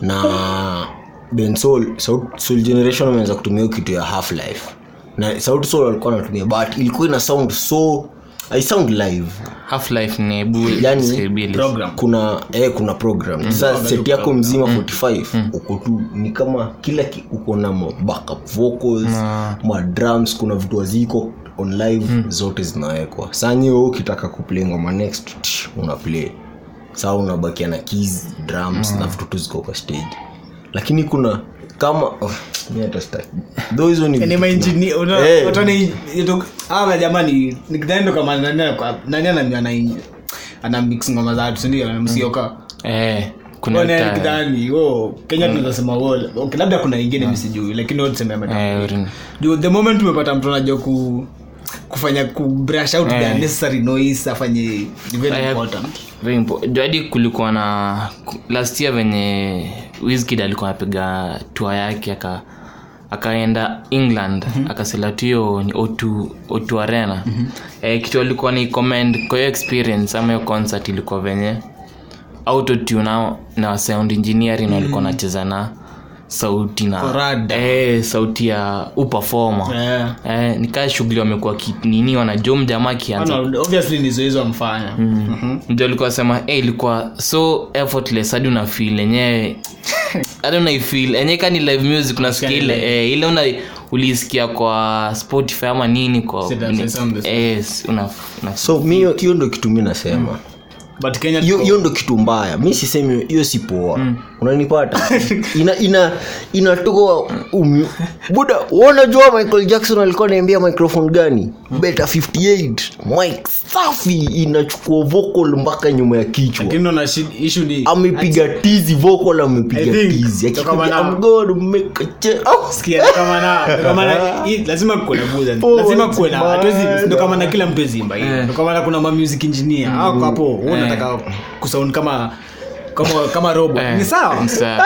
[SPEAKER 4] na bensol South soul generation ameanza kutumia hiyo kitu ya half life na sauti sol walikuwa wanatumia but ilikuwa ina sound so i sound live
[SPEAKER 3] half life ni bu
[SPEAKER 5] Yaani,
[SPEAKER 4] Yani,
[SPEAKER 3] disability.
[SPEAKER 6] program
[SPEAKER 4] kuna eh, kuna program Mm. sasa set yako mzima 45 uko tu ni kama kila ki, uko na ma- backup vocals ma Mm. drums kuna vitu waziko on live zote zinawekwa saa nyewe ukitaka kuplay ngoma next tsh, una play saa unabakia na keys drums na vitu tu ziko kwa stage lakini kuna kama oh, mi hata sitaki. Though hizo ni
[SPEAKER 5] Yaani
[SPEAKER 4] vitu
[SPEAKER 5] maengineer-
[SPEAKER 4] tuna-
[SPEAKER 5] una-
[SPEAKER 4] Eh.
[SPEAKER 5] watu wana- yetu- hawa jamani nikidhani kama nani ana- nani ana- ana- ana mix ngoma za watu sindio msioka
[SPEAKER 3] Eh, kuna Mm. uta-
[SPEAKER 5] kidhani wo kenya tunazasema wo okay, labda kuna ingine misijui lakini wo tuseme ameta
[SPEAKER 3] Mm. eh, urina.
[SPEAKER 5] juu the moment umepata mtu anajua ku kufanya kubrush out the
[SPEAKER 3] Eh.
[SPEAKER 5] unnecessary noise afanye ni very
[SPEAKER 3] Eh.
[SPEAKER 5] important
[SPEAKER 3] Very impo- juu hadi kulikuwa na ku- last year venye wizkid alikuwa anapiga tua yake aka akaenda england
[SPEAKER 5] Mhm.
[SPEAKER 3] mm-hmm. akaselatu hiyo ni O2 O2 arena mm-hmm. e, kitu alikuwa ni comment kwa hiyo experience ama hiyo concert ilikuwa venye autotune na, na sound engineering walikuwa nacheza na sauti na
[SPEAKER 5] Mm. Korada.
[SPEAKER 3] e, sauti ya uperformer
[SPEAKER 5] Eh.
[SPEAKER 3] e, nikaa shughuli wamekuwa ki- nini wanajom jamaa akianza
[SPEAKER 5] Ana- obviously ni zoezi Mhm. wamfanya
[SPEAKER 3] Mm. ndio alikuwa sema hey, ilikuwa so effortless hadi una feel
[SPEAKER 5] [LAUGHS]
[SPEAKER 3] enyewe hadi unaifeel enyewe kani live music unasikia ile eh, ile una uliisikia kwa spotify ama nini kwa
[SPEAKER 5] Sit down,
[SPEAKER 3] ni-
[SPEAKER 5] sit down this-
[SPEAKER 3] eh, s- una- una-
[SPEAKER 4] so mi hiyo- hiyo ndo kitu mi nasema
[SPEAKER 5] but kenya
[SPEAKER 4] hiyo hiyo ndo kitu mbaya mi sisemi hiyo si poa mm. unanipata
[SPEAKER 5] [LAUGHS]
[SPEAKER 4] ina ina inatoa um, buda wanajua michael jackson alikuwa anaambia microphone gani
[SPEAKER 5] Mm.
[SPEAKER 4] beta 58 mic safi inachukua vocal mpaka nyuma ya kichwa
[SPEAKER 5] lakini ndo na shid- issue ni
[SPEAKER 4] amepiga tizi vocal
[SPEAKER 5] I
[SPEAKER 4] amepiga
[SPEAKER 5] think,
[SPEAKER 4] tizi
[SPEAKER 5] kama
[SPEAKER 4] akipiga
[SPEAKER 5] na-
[SPEAKER 4] I'm gonna make a change. Oh,
[SPEAKER 5] Sikia, ndo kama na- ndo kama
[SPEAKER 3] [LAUGHS]
[SPEAKER 5] na- hii- lazima kuwe na buza lazima kuwe na hatuwezi- ndo kama na kila mtu ezimba
[SPEAKER 3] Eh.
[SPEAKER 5] ndo kama na kuna ma music
[SPEAKER 3] Mm.
[SPEAKER 5] engineer hako hapo wewe unataka kusound kama kama kama robo
[SPEAKER 3] eh,
[SPEAKER 5] ni sawa
[SPEAKER 3] sawa.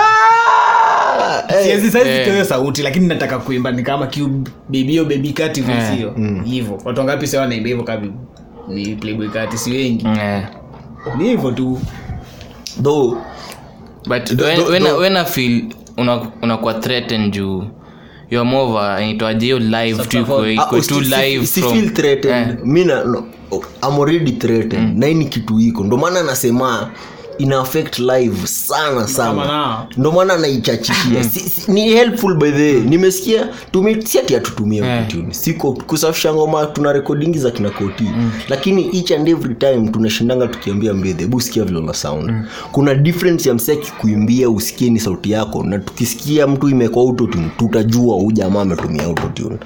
[SPEAKER 4] Ah!
[SPEAKER 5] siwezi
[SPEAKER 3] Eh.
[SPEAKER 5] saizi toyo sauti lakini nataka kuimba ni kama kibibio bebi kati
[SPEAKER 3] Eh.
[SPEAKER 5] visio hivyo watu wangapi sa wanaimba hivyo kabi ni playboy kati si wengi
[SPEAKER 3] Eh.
[SPEAKER 5] ni hivyo tu
[SPEAKER 4] though
[SPEAKER 3] but when,
[SPEAKER 4] do-
[SPEAKER 3] when,
[SPEAKER 4] do-
[SPEAKER 3] when I feel unakuwa una unakuwa threatened juu yomova inaitwaje hiyo live tu iko-
[SPEAKER 4] Ah, oh,
[SPEAKER 3] iko tu live from Eh. Mm.
[SPEAKER 4] mina no, oh, I'm already threatened na hii ni kitu iko ndo maana nasema ina affect live sana sana
[SPEAKER 5] na-
[SPEAKER 4] ndo maana
[SPEAKER 3] Mm.
[SPEAKER 4] naichachikia Si- si- ni helpful by the way nimesikia tumi si ati
[SPEAKER 3] Eh.
[SPEAKER 4] hatutumie autotune. siko kusafisha ngoma tuna recordingi za kina koti lakini each and every time tunashindanga tukiambia mbedhe hebu sikia vile una sound kuna difference ya msee akikuimbia usikie ni sauti yako na tukisikia mtu imekuwa autotune tutajua huyu jamaa ametumia autotune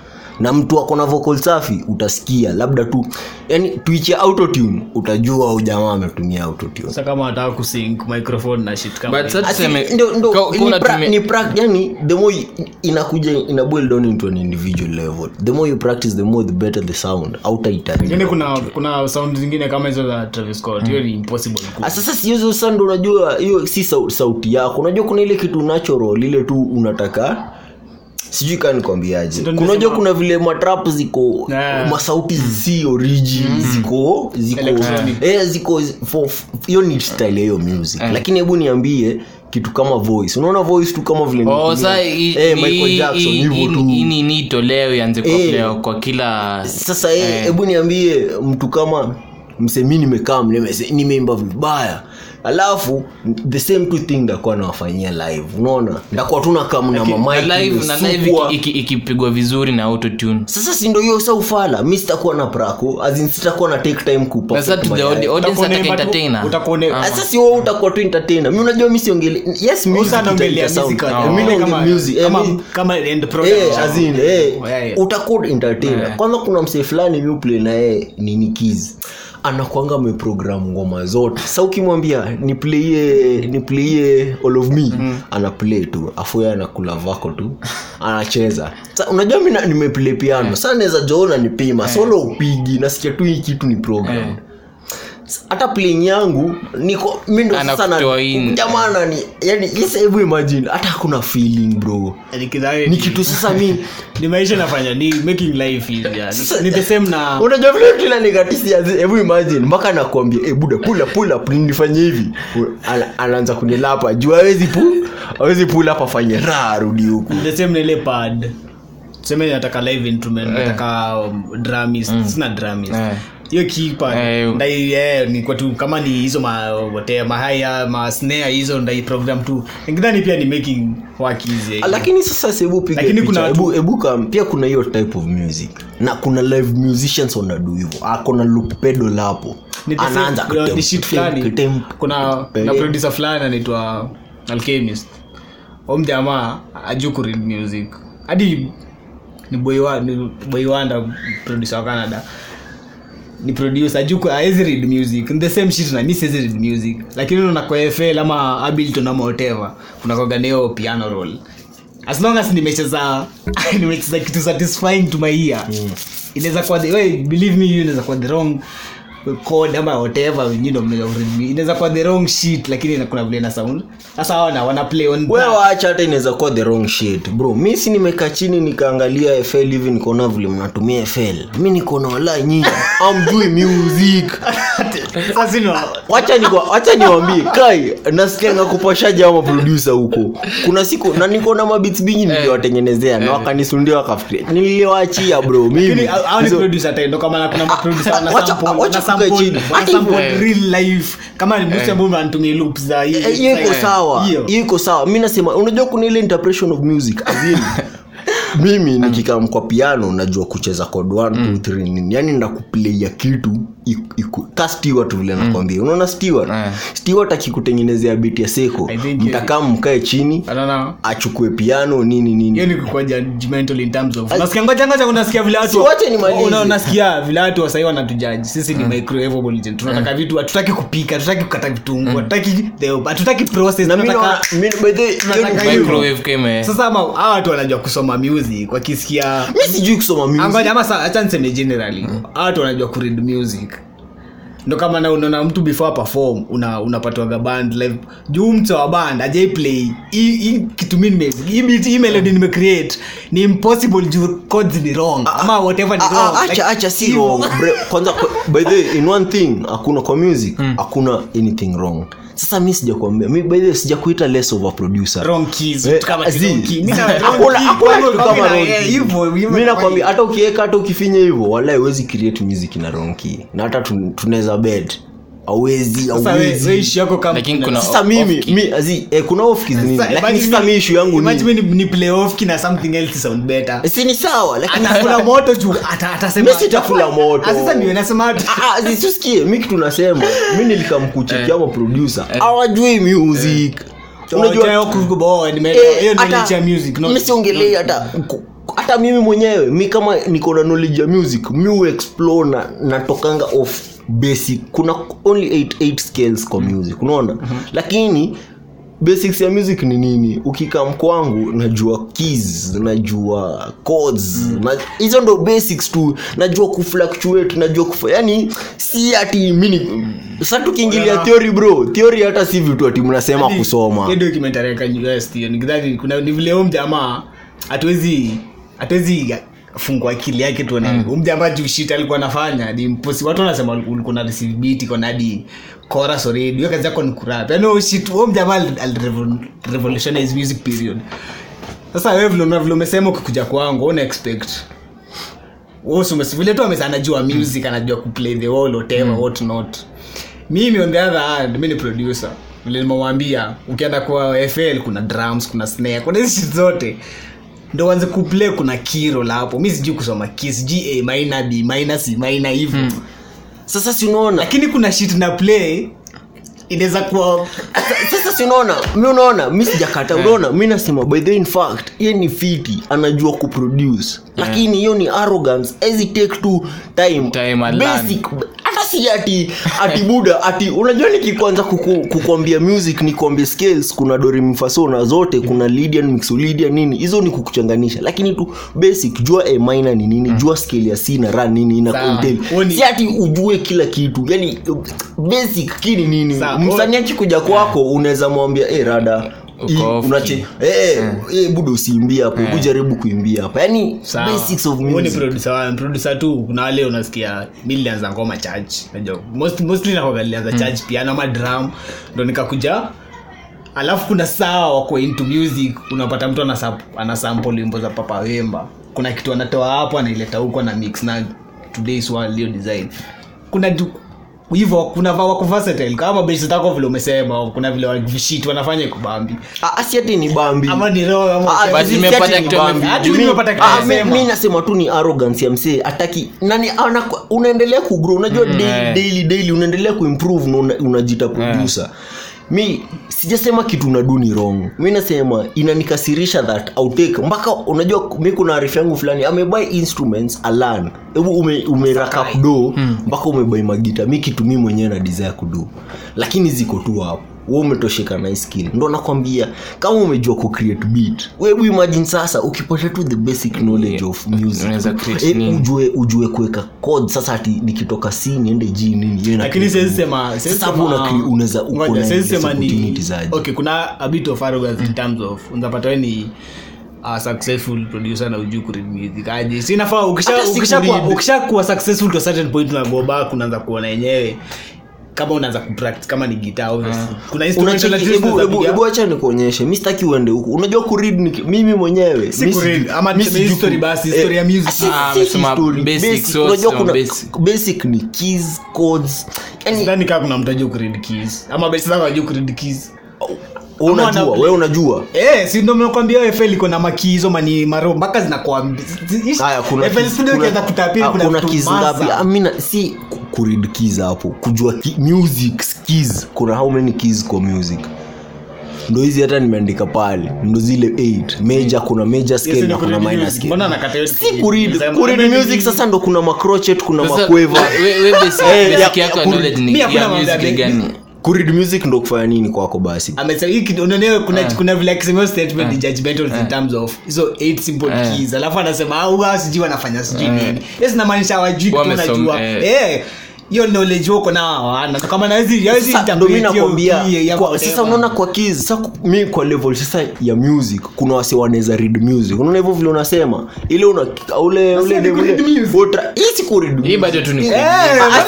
[SPEAKER 4] na mtu ako na vocal safi utasikia labda tu yani tuichia autotune utajua huyu jamaa ametumia autotune
[SPEAKER 5] sa kama wataka kusync microphone na shit kama
[SPEAKER 3] but
[SPEAKER 5] hiyo.
[SPEAKER 3] sasa tuseme
[SPEAKER 4] Ati, ndo- ndo,
[SPEAKER 3] kwa- kwa
[SPEAKER 4] ni pra-
[SPEAKER 3] unatumia-
[SPEAKER 4] ni pra- yani the more you- inakuja ina boil down into an individual level the more you practice the more the better the sound
[SPEAKER 5] Lakini
[SPEAKER 4] autaitari
[SPEAKER 5] Yaani kuna kuna sound zingine kama hizo za Travis Scott hiyo ni impossible ku
[SPEAKER 4] sasa sihizo sando unajua hiyo si sau- sauti yako unajua kuna ile kitu natural ile tu unataka sijui kaa nikwambiaje
[SPEAKER 5] Ndio
[SPEAKER 4] kunajua
[SPEAKER 5] nimesema-
[SPEAKER 4] kuna vile matrap ziko
[SPEAKER 5] Yeah.
[SPEAKER 4] masauti si origi
[SPEAKER 3] Mm.
[SPEAKER 4] ziko ziko
[SPEAKER 5] Electronic.
[SPEAKER 4] eh, ziko for- hiyo ni style ya hiyo music
[SPEAKER 3] Eh.
[SPEAKER 4] lakini hebu niambie kitu kama voice unaona voice tu kama vile
[SPEAKER 3] Oh,
[SPEAKER 4] nimetumia.
[SPEAKER 3] sa i-
[SPEAKER 4] eh,
[SPEAKER 3] ni-
[SPEAKER 4] Michael Jackson
[SPEAKER 3] i-
[SPEAKER 4] hivyo tu
[SPEAKER 3] i- i- ni- ni itolewe ianze kwa
[SPEAKER 4] Eh.
[SPEAKER 3] player kwa kila
[SPEAKER 4] sasa eh, hebu niambie mtu kama msemi nimekaa mleme- nimeimba vibaya alafu the same two thing ndakuwa nawafanyia live unaona ndakuwa tuna
[SPEAKER 3] na
[SPEAKER 4] kamna
[SPEAKER 3] live na live iki-
[SPEAKER 4] mamaiki
[SPEAKER 3] iki- ikipigwa vizuri na autotune
[SPEAKER 4] sasa sindo hiyo sa ufala mi sitakuwa na prako azin sitakuwa na take time kupa-
[SPEAKER 3] na sasa to the
[SPEAKER 4] kumayai.
[SPEAKER 3] audi- audience
[SPEAKER 5] Utakuwa
[SPEAKER 3] ataka
[SPEAKER 5] unaimba tu-
[SPEAKER 3] entertainer
[SPEAKER 5] utakuwa una-
[SPEAKER 3] Ah.
[SPEAKER 4] Ah, sasa wewe utakuwa tu entertainer mi unajua mi siongele yes music itaita
[SPEAKER 5] Sasa naongelea
[SPEAKER 4] sound.
[SPEAKER 5] music
[SPEAKER 4] Ah,
[SPEAKER 5] wale.
[SPEAKER 4] mi
[SPEAKER 5] Wengine
[SPEAKER 4] naongelea
[SPEAKER 5] kama-
[SPEAKER 4] music. Eh,
[SPEAKER 5] kama-
[SPEAKER 4] mi-
[SPEAKER 5] kama end
[SPEAKER 4] Eh,
[SPEAKER 5] product.
[SPEAKER 4] as in, eh,
[SPEAKER 5] Yeah, yeah.
[SPEAKER 4] utakuwa entertainer
[SPEAKER 3] Eh.
[SPEAKER 4] kwanza kuna msee fulani mi play na yeye ni nikiz anakwanga ameprogram ngoma zote sa ukimwambia niplie niplie all of me
[SPEAKER 5] Mm.
[SPEAKER 4] ana play tu afu yeye anakula vako tu anacheza sa unajua mi na- nimeplay piano sa naweza joona nipima solo upigi nasikia tu hii kitu ni program hata playing yangu niko mi ndo sasa na-
[SPEAKER 3] Anakutoa in.
[SPEAKER 4] jamaa nani yani sasa hebu imagine hata kuna feeling bro ni kitu sasa mi
[SPEAKER 5] ni maisha inafanya ni making life easier. Ni- ni the same na
[SPEAKER 4] unajua vile tena nikatishiazi hebu imagine mpaka nakuambia e buda pula pula nifanye hivi Ana- anaanza kunilapa juu awezi pu awezi pula hapa afanye raha arudi huku
[SPEAKER 5] ni the same na ile pad tuseme nataka live instrument nataka um, drummist sina drummist
[SPEAKER 3] Eh.
[SPEAKER 5] hiyo keypad
[SPEAKER 3] Eh.
[SPEAKER 5] ndai eh, ni kwa tu kama ni hizo ma wote mahaya ma snare hizo ndai program tu ngidhani pia ni making work easy
[SPEAKER 4] Ah, lakini sasa sebu
[SPEAKER 5] Lakini kuna watu-
[SPEAKER 4] pigaebuka pia kuna hiyo type of music na kuna live musicians wanadu hivo akona loop pedal hapo
[SPEAKER 5] Ni the same-
[SPEAKER 4] anaanza
[SPEAKER 5] kuna-
[SPEAKER 4] kutemp,
[SPEAKER 5] ni shit
[SPEAKER 4] kutemp,
[SPEAKER 5] fulani
[SPEAKER 4] kutemp.
[SPEAKER 5] kuna kuna
[SPEAKER 4] Kutemp.
[SPEAKER 5] producer fulani anaitwa alchemist om jamaa ajuu kuread music hadi ni boy wa- ni boy wanda producer wa canada ni producer ajuu aezi read music Ni the same shit na mi siezi read music lakini unaona kwa fl ama abilton ama whatever kuna koganeo piano roll as long as nimecheza [LAUGHS] nimecheza kitu satisfying to my ear inaweza kuwa the, we, believe me hiyo inaweza kuwa the wrong code ama whatever you know, mnaweza kuread- inaweza kuwa the wrong shit lakini ina- kuna vile na sound sasa wana wana play on that.
[SPEAKER 4] wewe acha hata inaweza kuwa the wrong shit bro mi si nimekaa chini nikaangalia fl hivi nikaona vile mnatumia fl mi nikaona wala nyinyi amjui music
[SPEAKER 5] Sasa ino-
[SPEAKER 4] wacha niko- wacha niwambie kai nasikianga kupashaji ama produsa huko kuna siku na nikona mabits bingi
[SPEAKER 5] Eh.
[SPEAKER 4] niliwatengenezea na wakanisundia wakafikiria niliwachia bro mimi
[SPEAKER 5] lakini hao- hao ni
[SPEAKER 4] Hizo- Ah,
[SPEAKER 5] producer tendo kama na- kuna producer wana
[SPEAKER 4] Wacha-
[SPEAKER 5] sample-
[SPEAKER 4] wacha
[SPEAKER 5] wana
[SPEAKER 4] tukae
[SPEAKER 5] sample-
[SPEAKER 4] chini.
[SPEAKER 5] wana
[SPEAKER 4] Hata hivyo-
[SPEAKER 5] sample real life kama ni mtu ambaye anatumia loops za hii
[SPEAKER 4] Eh, hiyo iko
[SPEAKER 5] side.
[SPEAKER 4] sawa
[SPEAKER 5] Hiyo.
[SPEAKER 4] hiyo iko sawa mi nasema unajua kuna ile interpretation of music as
[SPEAKER 5] [LAUGHS]
[SPEAKER 4] in,
[SPEAKER 5] Mm.
[SPEAKER 4] mimi nikikam kwa piano najua kucheza kod 1 nini yani ndakupleia kitu iku- iku- ka stewart vile
[SPEAKER 5] Mm.
[SPEAKER 4] nakwambia unaona stewart
[SPEAKER 3] Eh.
[SPEAKER 4] stewart akikutengenezea biti ya seko
[SPEAKER 5] I think-
[SPEAKER 4] mtakaa mkae chini
[SPEAKER 5] I don't know.
[SPEAKER 4] achukue piano nini nini
[SPEAKER 5] hiyo ni kukuwa judgmental in terms of nasikia ngoja ngoja unasikia vile
[SPEAKER 4] Si
[SPEAKER 5] watu
[SPEAKER 4] wache nimalize. Eh.
[SPEAKER 5] Una- unasikia vile watu wasahii wanatujaji sisi ni microwavable gen tunataka vitu hatutaki kupika hatutaki kukata vitungu hatutaki the hatutaki process
[SPEAKER 4] Eh. na mi naona-
[SPEAKER 5] tunataka
[SPEAKER 4] mi- by the way, hiyo ni-
[SPEAKER 5] tunataka hiyo.
[SPEAKER 3] microwave came eh.
[SPEAKER 5] sasa ama hawa watu wanajua kusoma music wakisikia
[SPEAKER 4] mi sijui kusoma music. Hmm.
[SPEAKER 5] angoja ama sa acha niseme generally hawa watu wanajua kuread music ndo kama na unaona mtu before perform una unapatwaga band live juu mtu wa band ajai play hii hii kitu mimi nime hii beat hii melody nime create ni impossible juu chords ni wrong ama whatever ni
[SPEAKER 4] Ah,
[SPEAKER 5] wrong
[SPEAKER 4] ah,
[SPEAKER 5] Like,
[SPEAKER 4] acha acha si
[SPEAKER 5] hivyo.
[SPEAKER 4] wrong bre- kwanza kwa- by the way, in one thing hakuna kwa music
[SPEAKER 5] Hmm.
[SPEAKER 4] hakuna anything wrong sasa mi sijakuambia mi by the way, sijakuita less of a producer
[SPEAKER 5] wrong keys
[SPEAKER 4] Eh,
[SPEAKER 5] vitu kama
[SPEAKER 4] zi-
[SPEAKER 5] wrong key. Mimi
[SPEAKER 4] zi- [LAUGHS]
[SPEAKER 5] na wrong
[SPEAKER 4] hakuna-
[SPEAKER 5] key,
[SPEAKER 4] hakuna
[SPEAKER 5] kwangu
[SPEAKER 4] kitu kama
[SPEAKER 5] kwangu na-
[SPEAKER 4] wrong
[SPEAKER 5] eh,
[SPEAKER 4] key.
[SPEAKER 5] hivyo, hivyo
[SPEAKER 4] mi
[SPEAKER 5] na-
[SPEAKER 4] nakwambia hata ukiweka hata ukifinya hivyo wala uwezi create music na ronki na hata tun- tunaweza bed awezi
[SPEAKER 5] Sasa we- we issue yako kama
[SPEAKER 3] Lakini kuna-
[SPEAKER 4] sasa
[SPEAKER 3] off-
[SPEAKER 4] mimi
[SPEAKER 3] off key.
[SPEAKER 4] mi azi eh, kuna off keys nini
[SPEAKER 5] Sasa
[SPEAKER 4] lakini
[SPEAKER 5] imagine
[SPEAKER 4] sasa mi issue yangu
[SPEAKER 5] imagine
[SPEAKER 4] ni Eh,
[SPEAKER 5] ni- ni play off kina something else sound better
[SPEAKER 4] si ni sawa
[SPEAKER 5] [LAUGHS]
[SPEAKER 4] lakini
[SPEAKER 5] atakula moto juu ata- atasema
[SPEAKER 4] Messi itakula moto.
[SPEAKER 5] Ah, sasa ndio nasema ati-
[SPEAKER 4] ah, zitusikie mi kitu nasema mi nilikamkuchiki ama produsa awajui music
[SPEAKER 5] Unajua
[SPEAKER 4] unajua
[SPEAKER 5] huku kuboa, nime-
[SPEAKER 4] eh,
[SPEAKER 5] hiyo ndio
[SPEAKER 4] hata-
[SPEAKER 5] nature ya music, no?
[SPEAKER 4] mi siongelei hata ku- hata mimi mwenyewe mi kama niko na knowledge ya music mi huexplore na natokanga off basic kuna only 88 scales kwa
[SPEAKER 5] Mm.
[SPEAKER 4] music unaona
[SPEAKER 5] Mm-hmm.
[SPEAKER 4] lakini basics ya music ni nini ukikam kwangu najua keys najua chords
[SPEAKER 5] Mm.
[SPEAKER 4] na- hizo ndo basics tu najua kufluctuate najua kufa yani si ati mini sa tukiingilia theory bro theory hata si vitu ati mnasema
[SPEAKER 5] Hadi-
[SPEAKER 4] kusoma
[SPEAKER 5] hiyo documentary ya Kanye West hiyo, nikidhani kuna ni vile huyu mjamaa hatuwezi hatuwezi fungua akili yake tuone huyu mjamaa juu shit alikuwa anafanya ni imposi watu wanasema ulikuwa na receive beat kona hadi chorus already hiyo kazi yako ni kurap yani huyu shit huyu mjamaa ali- ali revol- revolutionize music period sasa wewe vile una- vile umesema ukikuja kwangu una expect Usumes- vile tu amesa- anajua music anajua kuplay the wall whatever what not mimi on the other hand mi ni producer vile nimemwambia ukienda kwa fl kuna drums kuna snare kuna hizi shit zote ndo wanze kuplay kuna kiro la hapo mi sijui kusoma kis ga maina b maina c E maina hivyo
[SPEAKER 4] sasa si unaona
[SPEAKER 5] lakini kuna shit na play inaweza kuwa
[SPEAKER 4] sasa si unaona mi unaona mi sijakata
[SPEAKER 5] Eh.
[SPEAKER 4] unaona mi nasema by the way, in fact ye ni fiti anajua
[SPEAKER 5] Eh.
[SPEAKER 4] kuproduce lakini hiyo ni arrogance as it take to time
[SPEAKER 3] Time alone.
[SPEAKER 4] basic hata si ati ati buda ati unajua nikikwanza kuku, kukwambia music nikwambie scales kuna dorimifaso na zote kuna lydian mixolydian nini hizo ni kukuchanganisha lakini tu basic jua a minor ni nini jua scale ya c na ra nini ina
[SPEAKER 5] Hmm. Sawa.
[SPEAKER 4] contain
[SPEAKER 5] Huo ni-
[SPEAKER 4] si ati ujue kila kitu yani basic kini nini
[SPEAKER 5] Sawa.
[SPEAKER 4] Mm, msanii akikuja kwako unaweza mwambia eh rada
[SPEAKER 3] Uko
[SPEAKER 4] hii
[SPEAKER 3] off
[SPEAKER 4] unache- eh, eh, buda usiimbie hapa hebu jaribu kuimbia hapa yani
[SPEAKER 5] Sawa.
[SPEAKER 4] basics of
[SPEAKER 5] Huo ni
[SPEAKER 4] music
[SPEAKER 5] producer wa- producer tu kuna wale unasikia mi nilianza ngoma church Unajua, most- mostly nakuwaga nilianza
[SPEAKER 4] Hmm.
[SPEAKER 5] church piano ama drum ndo nikakuja alafu kuna saa wako into music unapata mtu anasap- anasample wimbo za papa wemba kuna kitu anatoa hapo anaileta huko na mix na today's world hiyo design kuna du- hivyo kuna va- wako versatile kama besi zako vile umesema kuna vile wavishit wanafanya ikubambi
[SPEAKER 4] Ah, si ati ni bambi
[SPEAKER 5] ama ni roho ama
[SPEAKER 4] Ah,
[SPEAKER 3] But
[SPEAKER 4] si- si
[SPEAKER 3] nimepata
[SPEAKER 4] ati ni
[SPEAKER 3] kitu-
[SPEAKER 4] bambi.
[SPEAKER 5] hata mimi
[SPEAKER 4] Mi-
[SPEAKER 5] nimepata kitu
[SPEAKER 4] ah,
[SPEAKER 5] nasema.
[SPEAKER 4] mi- mi nasema tu ni arrogance ya msee ataki nani ana, unaendelea kugrow unajua
[SPEAKER 5] Mm,
[SPEAKER 4] daily,
[SPEAKER 3] eh.
[SPEAKER 4] daily daily unaendelea kuimprove na una- unajita producer mi sijasema kitu na duni wrong mi nasema inanikasirisha that outtake mpaka unajua mi kuna arifu yangu fulani amebuy instruments alan hebu ume, umerakap do
[SPEAKER 3] Hmm.
[SPEAKER 4] mpaka umebuy magita mi kitu mi mwenyewe na desire kudo lakini ziko tu hapo we umetosheka na hii skill ndo nakwambia kama umejua kucreate beat we hebu imagine sasa ukipotea tu the basic knowledge of music
[SPEAKER 3] Unaweza create
[SPEAKER 4] Eh,
[SPEAKER 3] nini?
[SPEAKER 4] ujue ujue kuweka code sasa ati nikitoka c niende g nini yeye na
[SPEAKER 5] lakini
[SPEAKER 4] create
[SPEAKER 5] siwezi sema siwezi
[SPEAKER 4] Sasa hapo una
[SPEAKER 5] sema-
[SPEAKER 4] cre- unaweza- uko
[SPEAKER 5] Ngoja,
[SPEAKER 4] na
[SPEAKER 5] siwezi
[SPEAKER 4] endless
[SPEAKER 5] sema ni-
[SPEAKER 4] opportunities aje. Mm.
[SPEAKER 5] okay kuna a bit of arrogance in terms of unapata wewe ni uh, successful producer na ujui kuread music aje si inafaa ukisha
[SPEAKER 4] Hata si
[SPEAKER 5] ukisha kuwa,
[SPEAKER 4] kuread.
[SPEAKER 5] ukisha kuwa successful to a certain point na go back unaanza kuona yenyewe kama unaanza kupractice kama ni guitar obviously
[SPEAKER 4] Ah.
[SPEAKER 5] kuna instrumental at least unaweza piga.
[SPEAKER 4] unachekibuacha nikuonyeshe mi sitaki uende huku unajua kurid mimi mwenyewe
[SPEAKER 5] Si
[SPEAKER 4] mi
[SPEAKER 5] kuread,
[SPEAKER 4] siju-
[SPEAKER 5] ama
[SPEAKER 4] mi
[SPEAKER 5] tuseme
[SPEAKER 4] siju-
[SPEAKER 5] history basi,
[SPEAKER 4] eh,
[SPEAKER 5] history ya music.
[SPEAKER 4] si-
[SPEAKER 3] Ah,
[SPEAKER 4] si
[SPEAKER 3] amesema
[SPEAKER 4] history,
[SPEAKER 3] basic,
[SPEAKER 4] basic.
[SPEAKER 3] so
[SPEAKER 4] Unajua
[SPEAKER 3] sema
[SPEAKER 4] kuna-
[SPEAKER 3] basic.
[SPEAKER 4] basic ni keys codes Yaani, yani
[SPEAKER 5] sidhani kama kuna mtu ajui kuread keys ama basi sana ajui kuread keys
[SPEAKER 4] wewe
[SPEAKER 5] ama wana-
[SPEAKER 4] unajua wewe unajua
[SPEAKER 5] Eh, si ndo mnakwambia wewe FL iko na maki hizo mani maro mpaka zinakuambia.
[SPEAKER 4] haya kuna
[SPEAKER 5] FL
[SPEAKER 4] keys-
[SPEAKER 5] studio
[SPEAKER 4] kuna-
[SPEAKER 5] ikianza kutapili
[SPEAKER 4] ah,
[SPEAKER 5] kuna
[SPEAKER 4] kuna
[SPEAKER 5] vitu
[SPEAKER 4] keys
[SPEAKER 5] maza.
[SPEAKER 4] ngapi Ah, mi na- si ku- kurid keys hapo kujua ki, music keys kuna how many keys kwa music ndo hizi hata nimeandika pale ndo zile 8 major kuna major
[SPEAKER 5] Yes,
[SPEAKER 4] scale
[SPEAKER 5] ni
[SPEAKER 4] na kuna
[SPEAKER 5] kuread
[SPEAKER 4] minor
[SPEAKER 5] music.
[SPEAKER 4] scale
[SPEAKER 5] Mbona anakata yote
[SPEAKER 4] si
[SPEAKER 5] kuread?
[SPEAKER 4] kurid
[SPEAKER 5] Sema,
[SPEAKER 4] kurid
[SPEAKER 5] mimi-
[SPEAKER 4] music sasa ndo kuna macrochet kuna
[SPEAKER 3] Sasa,
[SPEAKER 4] makweva
[SPEAKER 3] we- we basic-
[SPEAKER 4] Eh, ya-
[SPEAKER 3] basic yako ya
[SPEAKER 4] kuri-
[SPEAKER 3] knowledge ni-
[SPEAKER 5] mi
[SPEAKER 3] ya
[SPEAKER 5] hakuna mambo
[SPEAKER 3] music
[SPEAKER 5] ya
[SPEAKER 3] ni
[SPEAKER 5] basic.
[SPEAKER 3] gani?
[SPEAKER 4] kurid music ndo kufanya nini kwako basi
[SPEAKER 5] Amesema hiki ndio unaelewa kuna
[SPEAKER 3] Eh.
[SPEAKER 5] kuna vile akisema statement
[SPEAKER 3] Eh.
[SPEAKER 5] ni judgmental in terms of hizo eight simple
[SPEAKER 3] Eh.
[SPEAKER 5] keys. Alafu anasema au wao sijui wanafanya
[SPEAKER 4] Eh.
[SPEAKER 5] sijui nini. Yes, namaanisha hawajui kitu
[SPEAKER 3] Wamesoma,
[SPEAKER 5] wanajua.
[SPEAKER 3] eh.
[SPEAKER 5] Eh, hiyo knowledge wako na hawana. So kama nawezi hawezi
[SPEAKER 4] Sasa ndo mi
[SPEAKER 5] interpret hiyo
[SPEAKER 4] nakwambia
[SPEAKER 5] key ya
[SPEAKER 4] kwa-
[SPEAKER 5] whatever.
[SPEAKER 4] sasa unaona kwa keys, sasa ku- mi kwa level sasa ya music kuna wase wanaweza read music unaona hivyo vile unasema ile una ule ule
[SPEAKER 5] ni kuread music.
[SPEAKER 4] ulehisi
[SPEAKER 3] hii bado tu ni
[SPEAKER 5] Eh,
[SPEAKER 4] Acha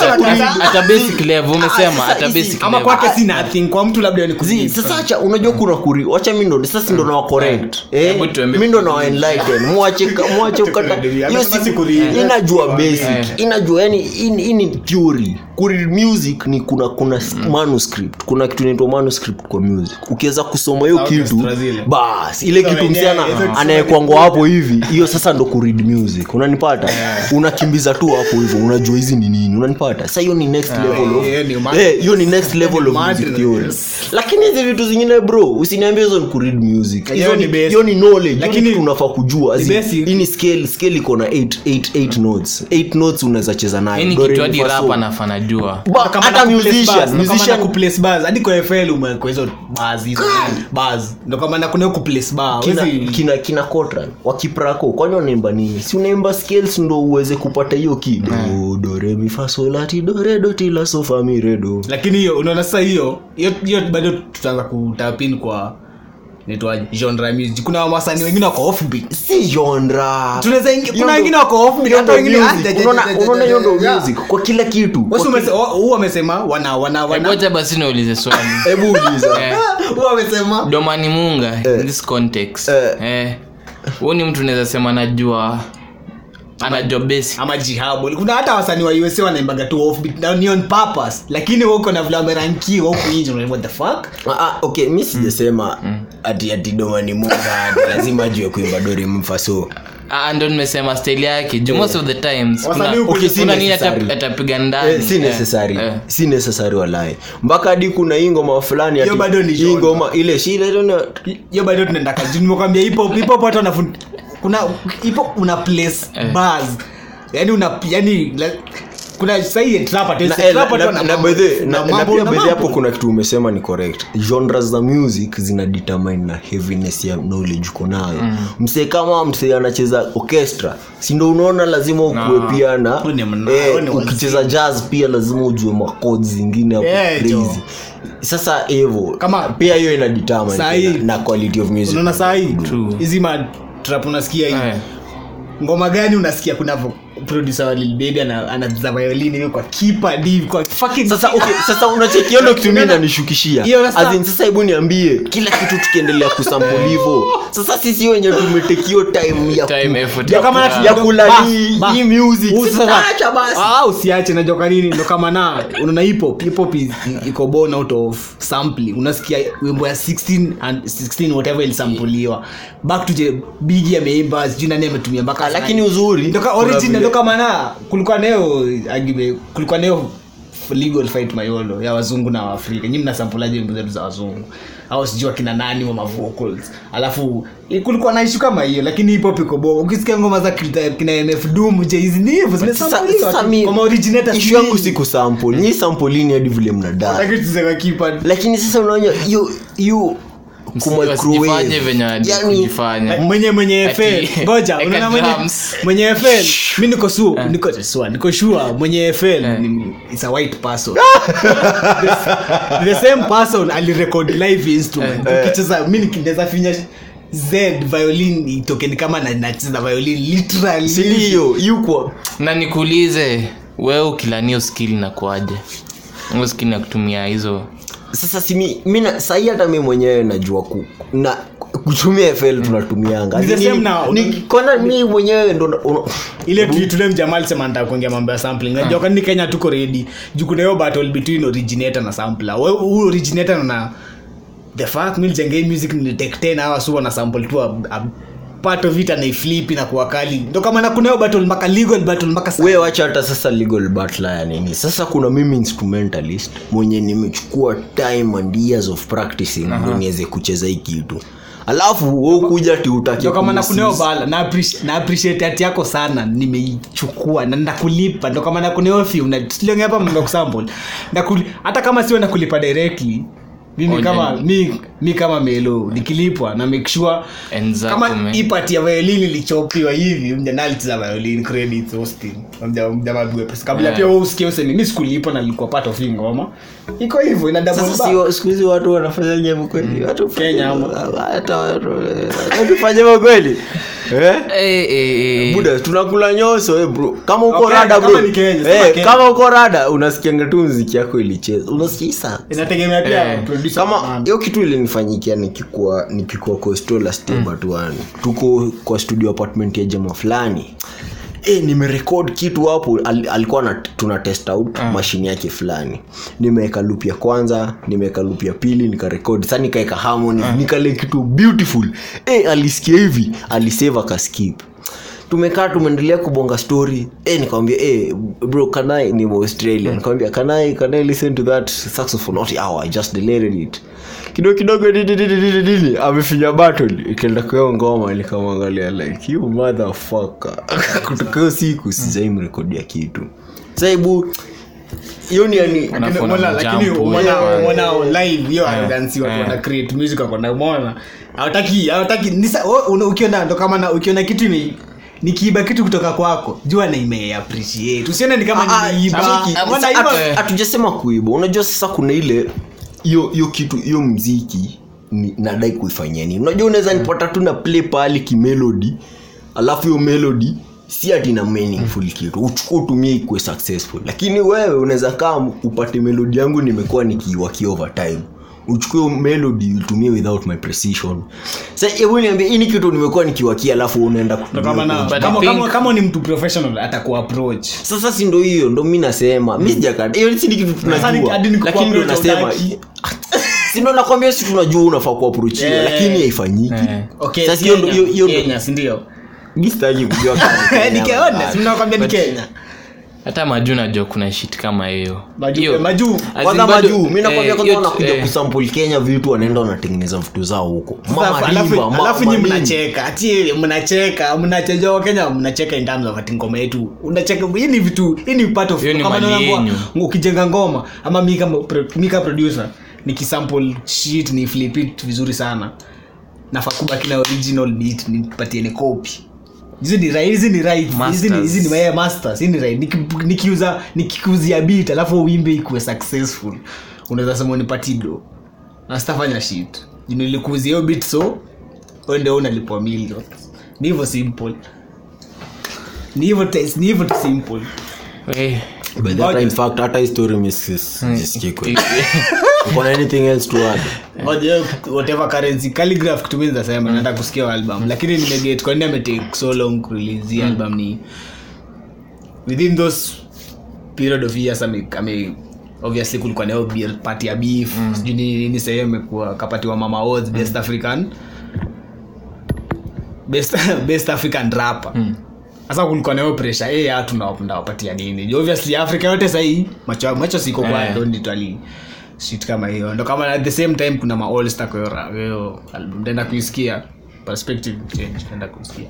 [SPEAKER 5] bado
[SPEAKER 4] kuread.
[SPEAKER 5] hata-
[SPEAKER 3] hata basic level umesema
[SPEAKER 4] Ah, sasa
[SPEAKER 3] hata
[SPEAKER 4] hizi-
[SPEAKER 3] basic
[SPEAKER 5] ama
[SPEAKER 3] level
[SPEAKER 5] kwake si nothing kwa mtu labda ni
[SPEAKER 4] Eh. Zi,
[SPEAKER 5] kuzi.
[SPEAKER 4] sasa acha unajua kuna kuri wacha mi ndo sasa si ndo nawa correct eh
[SPEAKER 3] Hebu tuambie-
[SPEAKER 4] mi ndo nawa enlighten muache muache ukata hiyo
[SPEAKER 5] Amesema si
[SPEAKER 4] si
[SPEAKER 5] kuri-
[SPEAKER 4] inajua
[SPEAKER 3] Eh.
[SPEAKER 4] basic inajua yani in, in, in theory kuri music ni kuna kuna s- manuscript kuna kitu inaitwa manuscript kwa music ukiweza kusoma hiyo
[SPEAKER 5] Sauti
[SPEAKER 4] kitu
[SPEAKER 5] za Brazil.
[SPEAKER 4] basi ile
[SPEAKER 5] Hizo
[SPEAKER 4] kitu
[SPEAKER 5] wenyewe, hizo
[SPEAKER 4] msichana
[SPEAKER 5] tuseme
[SPEAKER 4] anayekwangwa hapo hivi hiyo sasa ndo kurid music unanipata unakimbiza tu hapo hivyo unajua hizi ni nini unanipata sasa hiyo ni next level of-
[SPEAKER 5] hiyo ni ma-
[SPEAKER 4] Eh, hiyo ni next level of music
[SPEAKER 5] madness.
[SPEAKER 4] theory lakini hizi vitu zingine bro usiniambie hizo ni kuread music
[SPEAKER 5] Hiyo
[SPEAKER 4] hizo
[SPEAKER 5] Yaani
[SPEAKER 4] ni
[SPEAKER 5] ni basic.
[SPEAKER 4] hiyo ni knowledge
[SPEAKER 5] Lakiko
[SPEAKER 4] lakini unafaa kujua
[SPEAKER 5] ni
[SPEAKER 4] Zi-
[SPEAKER 5] basic.
[SPEAKER 4] hii ni scale scale iko na 8 8 8 notes 8 notes unaweza cheza nayo
[SPEAKER 3] Hii Yaani ni
[SPEAKER 4] Do, re,
[SPEAKER 3] kitu
[SPEAKER 4] mi,
[SPEAKER 3] hadi
[SPEAKER 4] fa,
[SPEAKER 3] rap
[SPEAKER 4] sol.
[SPEAKER 3] anafana jua
[SPEAKER 4] Ba- hata musician musician Ah!
[SPEAKER 5] kuplace bars hadi kwa FL umeweka hizo bars hizo bars ndo kama na kuna hiyo kuplace bar
[SPEAKER 4] kina
[SPEAKER 5] Huwezi-
[SPEAKER 4] kina, kina kotran wakiprako kwani wanaimba nini si unaimba scales ndo uweze kupata hiyo
[SPEAKER 5] Mm.
[SPEAKER 4] kido doremifasolati doredotila
[SPEAKER 5] lakini hiyo unaona sasa hiyo hiyo hiyo bado tutaanza kutapin kwa naitwaje genre ya music kuna wasanii wengine wako offbeat
[SPEAKER 4] si genre
[SPEAKER 5] Tunaweza
[SPEAKER 4] Hiyo
[SPEAKER 5] ingi- kuna
[SPEAKER 4] ndo-
[SPEAKER 5] wengine wako off,
[SPEAKER 4] hiyo
[SPEAKER 5] hata
[SPEAKER 4] ndo
[SPEAKER 5] wengine-
[SPEAKER 4] music.
[SPEAKER 5] ah, ja, ja,
[SPEAKER 4] Unaona-
[SPEAKER 5] ja, ja,
[SPEAKER 4] unaona hiyo ndo
[SPEAKER 5] ja.
[SPEAKER 4] music kwa kila kitu Kwa
[SPEAKER 5] Wasi
[SPEAKER 4] kila-
[SPEAKER 5] umese- wa- huu amesema wana wana wana
[SPEAKER 3] Eh,
[SPEAKER 5] [LAUGHS]
[SPEAKER 3] ngoja basi niulize swali
[SPEAKER 4] hebu uliza
[SPEAKER 3] Eh.
[SPEAKER 5] huu amesema
[SPEAKER 3] domani munga in this context
[SPEAKER 4] Eh.
[SPEAKER 3] eh, huyu ni mtu unaweza sema anajua anajua basic
[SPEAKER 5] ama jihabu kuna hata wasanii wa USA wanaimbaga tu offbeat na ni on purpose lakini wao uko na vile wamerankiwa huku nje unaona what the fuck
[SPEAKER 4] Ah, ah, okay mi sijasema ati ati domani munga ati lazima ajue kuimba dore mfaso
[SPEAKER 3] Ah, ndo nimesema style yake juu most of the times kuna-
[SPEAKER 5] Wasanii huku
[SPEAKER 3] kuna
[SPEAKER 4] si
[SPEAKER 3] nini ata-
[SPEAKER 4] necessary.
[SPEAKER 3] atapiga ndani
[SPEAKER 4] Eh, si
[SPEAKER 3] eh,
[SPEAKER 4] necessary
[SPEAKER 3] eh.
[SPEAKER 4] si necessary walahi mpaka hadi kuna hii ngoma fulani ati
[SPEAKER 5] Hiyo bado ni
[SPEAKER 4] hii
[SPEAKER 5] genre.
[SPEAKER 4] ngoma ile shida ile una-
[SPEAKER 5] hiyo bado tunaenda kazi nimekwambia hip hop hip hop watu wanafund
[SPEAKER 4] Eh.
[SPEAKER 5] Yaani kuna hip hop una place bars yani una yani la- kuna sahii trap at-
[SPEAKER 4] Na-
[SPEAKER 5] trap
[SPEAKER 4] eh, na-
[SPEAKER 5] watu
[SPEAKER 4] na-
[SPEAKER 5] wana
[SPEAKER 4] na
[SPEAKER 5] mambo-
[SPEAKER 4] by the way, na-
[SPEAKER 5] na
[SPEAKER 4] na
[SPEAKER 5] mambo
[SPEAKER 4] pia
[SPEAKER 5] na
[SPEAKER 4] by the way
[SPEAKER 5] mambo.
[SPEAKER 4] hapo kuna kitu umesema ni correct genres za music zina determine na heaviness ya knowledge uko nayo msee kama msee anacheza orchestra si ndo unaona lazima ukue pia na
[SPEAKER 6] Huyu ni mna-
[SPEAKER 4] eh,
[SPEAKER 6] huyu ni wazee.
[SPEAKER 4] ukicheza jazz pia lazima ujue makod zingine hapo
[SPEAKER 6] Eh, jo.
[SPEAKER 4] crazy. sasa hivo
[SPEAKER 5] Kama-
[SPEAKER 4] pia hiyo ina determine
[SPEAKER 5] Sahi.
[SPEAKER 4] pia na quality of music
[SPEAKER 5] unaona sahii
[SPEAKER 3] True.
[SPEAKER 5] hizi ma trap unasikia hii
[SPEAKER 3] Eh.
[SPEAKER 5] ngoma gani unasikia kuna vo- producer wa Lil Baby ana- anaza violini hivi kwa kipa div kwa fucking
[SPEAKER 4] sasa okay, sasa unachekia ndo kitu mimi nanishukishia
[SPEAKER 5] Hiyo sasa-
[SPEAKER 4] Azin, sasa hebu niambie kila kitu tukiendelea kusample
[SPEAKER 5] [LAUGHS]
[SPEAKER 4] hivyo sasa sisi wenye tumetekio time ya ku-
[SPEAKER 3] Time, effort.
[SPEAKER 4] ya,
[SPEAKER 3] Kama
[SPEAKER 4] kama
[SPEAKER 3] na-
[SPEAKER 4] ya kulani
[SPEAKER 5] Ba- ba-
[SPEAKER 4] hii music
[SPEAKER 5] Usi-
[SPEAKER 4] Sasa acha basi
[SPEAKER 5] Ah, usiache najua kwa nini ndo kama na unaona hip hop hip hop is- iko born out of sampling unasikia wimbo ya 16 and 16 whatever ilisampuliwa back to je bigi ameimba sijui nani ametumia mpaka
[SPEAKER 4] Ah, lakini uzuri
[SPEAKER 5] Ndio ka-
[SPEAKER 4] kuna
[SPEAKER 5] origin
[SPEAKER 4] vile-
[SPEAKER 5] ndio kama na kulikuwa nayo argument kulikuwa nayo legal fight mayolo ya wazungu na waafrika nyi mnasampulaje wimbo zetu za wazungu au sijui wakina nani wa mavocals alafu i- kulikuwa na ishu kama hiyo lakini hip hop iko boa ukisikia ngoma za kita- kina mf doom jaizi ni hivyo
[SPEAKER 4] sasa,
[SPEAKER 5] zimesampuliwa
[SPEAKER 4] sasa
[SPEAKER 5] tu.
[SPEAKER 4] mi-
[SPEAKER 5] kwa maoriginator
[SPEAKER 4] issue yangu si kusample ni sampolini hadi vile mnadai lakini sasa unaonya hiyo hiyo
[SPEAKER 3] wasijifanye venye hadi kujifanya.
[SPEAKER 5] mwenye mwenye
[SPEAKER 3] Ati- [LAUGHS]
[SPEAKER 5] FL ngoja
[SPEAKER 3] Eka
[SPEAKER 5] unaona mwenye
[SPEAKER 3] drums. Eh.
[SPEAKER 5] mwenye FL mimi niko su niko sure niko sure mwenye FL ni- is a white person the, the same person alirecord live instrument
[SPEAKER 3] Eh.
[SPEAKER 5] ukicheza mimi nikiendeza finya Z violin itoke ni kama na- nacheza violin literally
[SPEAKER 4] sindio yuko
[SPEAKER 3] na nikuulize wewe ukilanio skili na kuaje hiyo skili na kutumia hizo
[SPEAKER 4] sasa simi mina sahii hata mi mwenyewe najua ku, na kutumia fl tunatumianga
[SPEAKER 5] Ni the
[SPEAKER 4] Ni-
[SPEAKER 5] same
[SPEAKER 4] ni-
[SPEAKER 5] now.
[SPEAKER 4] ni- kona mi mwenyewe ndo na- una-
[SPEAKER 5] ile tulitule mjamaa alisema nataka kuongea mambo ya sampling najua kwanini kenya tuko redi juu kuna hiyo battle between originator na sampler Wewe- huyu originator na the fact mi lijengei music ni take 10 hours huwa na sample tu a- a part of it anaiflipi na kuwa kali ndo kama na kuna hiyo battle mpaka legal battle mpaka sa-
[SPEAKER 4] we wacha hata sasa legal battle ya nini sasa kuna mimi instrumentalist mwenye nimechukua time and years of practicing ndo niweze kucheza hii kitu alafu we ukuja ti utake
[SPEAKER 5] ndo kama na kuna hiyo
[SPEAKER 4] kunisisi.
[SPEAKER 5] bala na appreci- na appreciate hati yako sana nimeichukua na nakulipa ndo kama na kuna hiyo fee una- tuliongea hapa mambo ya kusample na hata kama siwe nakulipa directly mimi
[SPEAKER 3] Onye.
[SPEAKER 5] kama mi, mi kama melo nikilipwa na make sure
[SPEAKER 3] enzako
[SPEAKER 5] kama hii pati ya violini ilichopiwa hivi mjanalitiza violin credit hosting Mja- mjamapigwa pesa kabla
[SPEAKER 3] Yeah.
[SPEAKER 5] pia wewe usikie useme mi sikulipa na nilikuwa part of hii ngoma iko hivyo ina double
[SPEAKER 4] Sasa
[SPEAKER 5] back.
[SPEAKER 4] si- siku hizi watu wanafanya nyevo kweli Watu-
[SPEAKER 5] Mm. Kenya ama-
[SPEAKER 4] hata watu watu fanya hivyo kweli eh?
[SPEAKER 3] Eh, eh, eh.
[SPEAKER 4] buda tunakula nyoso eh, bro kama uko
[SPEAKER 5] Okay,
[SPEAKER 4] rada
[SPEAKER 5] kama
[SPEAKER 4] bro
[SPEAKER 5] ni Kenya, sema
[SPEAKER 4] eh,
[SPEAKER 5] Kenya.
[SPEAKER 4] kama uko rada unasikianga tu mziki yako ilicheza unasikia isa
[SPEAKER 5] inategemea pia
[SPEAKER 3] Eh.
[SPEAKER 5] producer
[SPEAKER 4] kama
[SPEAKER 5] man.
[SPEAKER 4] hiyo kitu ilinifanyikia nikikuwa nikikuwa kostola stebatuani tuko kwa studio apartment ya jama fulani e, nimerekod kitu hapo al, alikuwa na, tuna test out mm. mashini yake fulani nimeweka loop ya kwanza nimeweka loop ya pili nikarekod sa nikaweka harmony nikale kitu beautiful e, alisikia hivi alisave akaskip tumekaa tumeendelea kubonga story e, nikamwambia e, bro can I ni australia nikamwambia can I, can I listen to that saxophone not hour i just delayed it kidogo kidogo nini, nini, nini, nini, amefinya battle ikaenda kwa hiyo ngoma nikamwangalia like you motherfucker [LAUGHS] kutoka hiyo siku sijaimrekodia kitu saibu hiyo ni yani
[SPEAKER 3] Alafu
[SPEAKER 5] Lakini
[SPEAKER 3] na
[SPEAKER 5] umeona- lakini
[SPEAKER 3] mjump,
[SPEAKER 5] umeona-
[SPEAKER 3] eh.
[SPEAKER 5] umeona live hiyo arrogance watu
[SPEAKER 3] eh.
[SPEAKER 5] wana create music wako na umeona hawataki hawataki ni sa- wewe una- ukiona ndo kama na ukiona kitu ni nikiiba kitu kutoka kwako jua na imeappreciate usione ni kama
[SPEAKER 4] Ah, ah,
[SPEAKER 5] nimeiba
[SPEAKER 4] shabiki.
[SPEAKER 5] Umeona
[SPEAKER 4] Sasa
[SPEAKER 5] hivyo?
[SPEAKER 4] hatu- hatujasema kuiba unajua sasa kuna ile hiyo hiyo kitu hiyo mziki ni- nadai kuifanyia nini unajua unaweza
[SPEAKER 5] Mm.
[SPEAKER 4] nipata tu na play pahali kimelodi alafu hiyo melody si ati na meaningful
[SPEAKER 5] Mm.
[SPEAKER 4] kitu uchukua utumie ikuwe successful lakini wewe unaweza kaa upate melodi yangu nimekuwa nikiwaki over time uchukue hiyo melody utumie without my precision sasa hebu niambie hii ni kitu nimekuwa nikiwakia alafu unaenda
[SPEAKER 5] Ndo
[SPEAKER 4] kutumia
[SPEAKER 5] kama na-
[SPEAKER 4] kwenye-
[SPEAKER 3] But I
[SPEAKER 5] kama-
[SPEAKER 3] think-
[SPEAKER 5] kama- kama ni mtu professional atakuapproach
[SPEAKER 4] sasa si ndo hiyo ndo mi nasema mi sijakata hiyo si ni kitu
[SPEAKER 5] Mm. Sasa ni-
[SPEAKER 4] tunajua
[SPEAKER 5] hadi ni
[SPEAKER 4] lakini ndo
[SPEAKER 5] kukuapproach
[SPEAKER 4] nasema
[SPEAKER 5] hautaki.
[SPEAKER 4] [LAUGHS] si ndo nakwambia si tunajua unafaa kuaprochiwa
[SPEAKER 5] Eh.
[SPEAKER 4] lakini haifanyiki
[SPEAKER 3] Eh.
[SPEAKER 5] Okay,
[SPEAKER 4] sasa hiyo ndo-
[SPEAKER 5] Kenya,
[SPEAKER 4] hiyo hiyo ndo
[SPEAKER 5] [LAUGHS] Kenya, si ndio? [LAUGHS]
[SPEAKER 4] mi sitaki kujua kama
[SPEAKER 5] Nikaona, si
[SPEAKER 4] Kenya.
[SPEAKER 5] mnakwambia ni Kenya.
[SPEAKER 3] hata majuu najua kuna shit kama hiyo
[SPEAKER 5] Maju-
[SPEAKER 3] Hiyo-
[SPEAKER 5] eh, Maju,
[SPEAKER 3] as in
[SPEAKER 4] kwanza
[SPEAKER 3] bado-
[SPEAKER 4] majuu mi nakwambia
[SPEAKER 3] eh,
[SPEAKER 4] kwanza
[SPEAKER 3] hiyo-
[SPEAKER 4] wanakuja
[SPEAKER 3] eh,
[SPEAKER 4] kusampul kenya vitu wanaenda wanatengeneza vitu zao huko
[SPEAKER 5] Alafu- alafu- alafu nyi
[SPEAKER 4] mamariva
[SPEAKER 5] mnacheka ati mnacheka mnachejwa wakenya mnacheka in terms of ati ngoma yetu unacheka hii ni vitu hii ni part of
[SPEAKER 3] Hiyo ni
[SPEAKER 5] kama
[SPEAKER 3] mali
[SPEAKER 5] unaambiwa,
[SPEAKER 3] yenyu.
[SPEAKER 5] ukijenga ngoma ama mika, pro- mika producer nikisample shit ni flip it vizuri sana nafaa kubaki na original beat nipatieni copy hizi ni right hizi ni right hizi ni
[SPEAKER 3] Masters.
[SPEAKER 5] hizi ni yeah, masters hii ni right Niki- nikiuza nikikuzia beat alafu uimbe ikuwe successful unaweza sema unipatido na sitafanya shit Juu nilikuzia hiyo beat so wewe ndio unalipwa million ni hivyo simple ni hivyo tes- ni hivyo tu simple
[SPEAKER 3] eh,
[SPEAKER 4] hata histori
[SPEAKER 5] Hmm.
[SPEAKER 4] misisikikwe kuna anything else to add
[SPEAKER 5] Ngoja, whatever currency calligraph kitu mimi nasema nataka kusikia hiyo album lakini nimegate kwa nini ametake so long release hii album ni within those period of years ame, ame obviously kulikuwa nayo beer party ya beef mm. sijui nini nini sahii amekuwa kapatiwa mama Oz, best african best, best african rapper sasa kulikuwa nayo pressure eh watu nawapatia nini Ju obviously africa yote sahii macho macho siko kwa
[SPEAKER 3] Eh.
[SPEAKER 5] yeah. don't italy shit kama hiyo ndo kama at the same time kuna ma all star kwa hiyo ra- hiyo album nenda kuisikia perspective change nenda kuisikia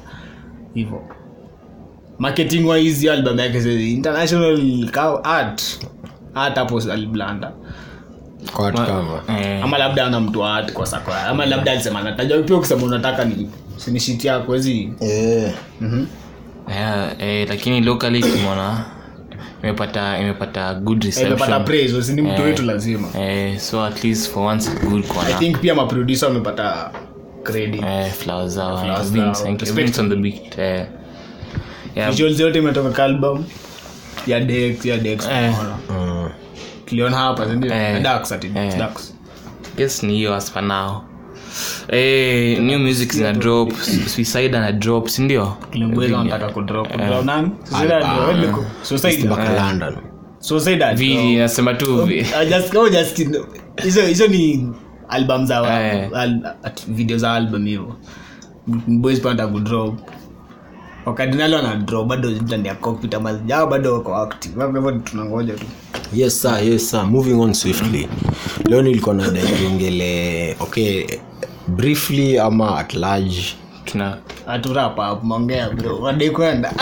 [SPEAKER 5] hivyo marketing wise hiyo album yake sasa international ka- art art hapo aliblanda
[SPEAKER 3] [LAUGHS] eh,
[SPEAKER 5] ama labda ana mtu wa art kwa sako ama labda alisema nataja pia ukisema unataka ni sinishiti yako wezi
[SPEAKER 4] Eh.
[SPEAKER 3] eh, eh, lakini locally tumeona imepata imepata good
[SPEAKER 5] Eh, imepata
[SPEAKER 3] reception
[SPEAKER 5] praise wezi ni mtu
[SPEAKER 3] Eh.
[SPEAKER 5] wetu lazima
[SPEAKER 3] eh, so at least for once good
[SPEAKER 5] i
[SPEAKER 3] kwana
[SPEAKER 5] think pia maproducer wamepata credit
[SPEAKER 3] eh, flowers zao
[SPEAKER 5] Flowers
[SPEAKER 3] and
[SPEAKER 5] zao.
[SPEAKER 3] Vince, thank you.
[SPEAKER 5] Respect.
[SPEAKER 3] Vince on the beat eh. yeah.
[SPEAKER 5] visuals yote imetoka kwa album ya dex ya dex
[SPEAKER 3] Eh.
[SPEAKER 5] tunaona.
[SPEAKER 4] Mm.
[SPEAKER 5] tuliona hapa sindio
[SPEAKER 3] Eh.
[SPEAKER 5] dax ati
[SPEAKER 3] Eh.
[SPEAKER 5] dax
[SPEAKER 3] guess ni hiyo as for now eh, new music zina drop Su- suicide ana drop sindio
[SPEAKER 5] Kulembweza wanataka kudrop kudrop nani Suicide ndio, wewe niko- Suicide.
[SPEAKER 4] mpaka london
[SPEAKER 5] Suicide
[SPEAKER 3] vi
[SPEAKER 5] ndio.
[SPEAKER 3] nasema tu vi
[SPEAKER 5] Ah, just- kama just- hizo hizo ni album za
[SPEAKER 3] Eh.
[SPEAKER 5] al- at- video za album hivo boys panda kudrop wakati nalo ana drop bado ndani ya cockpit ama jao bado wako active Kwa hivyo tunangoja tu
[SPEAKER 4] yes sir, yes sir. moving on swiftly leo nilikuwa nada iongele okay briefly ama at large
[SPEAKER 3] tuna
[SPEAKER 5] aturapa mongea bro wadai kwenda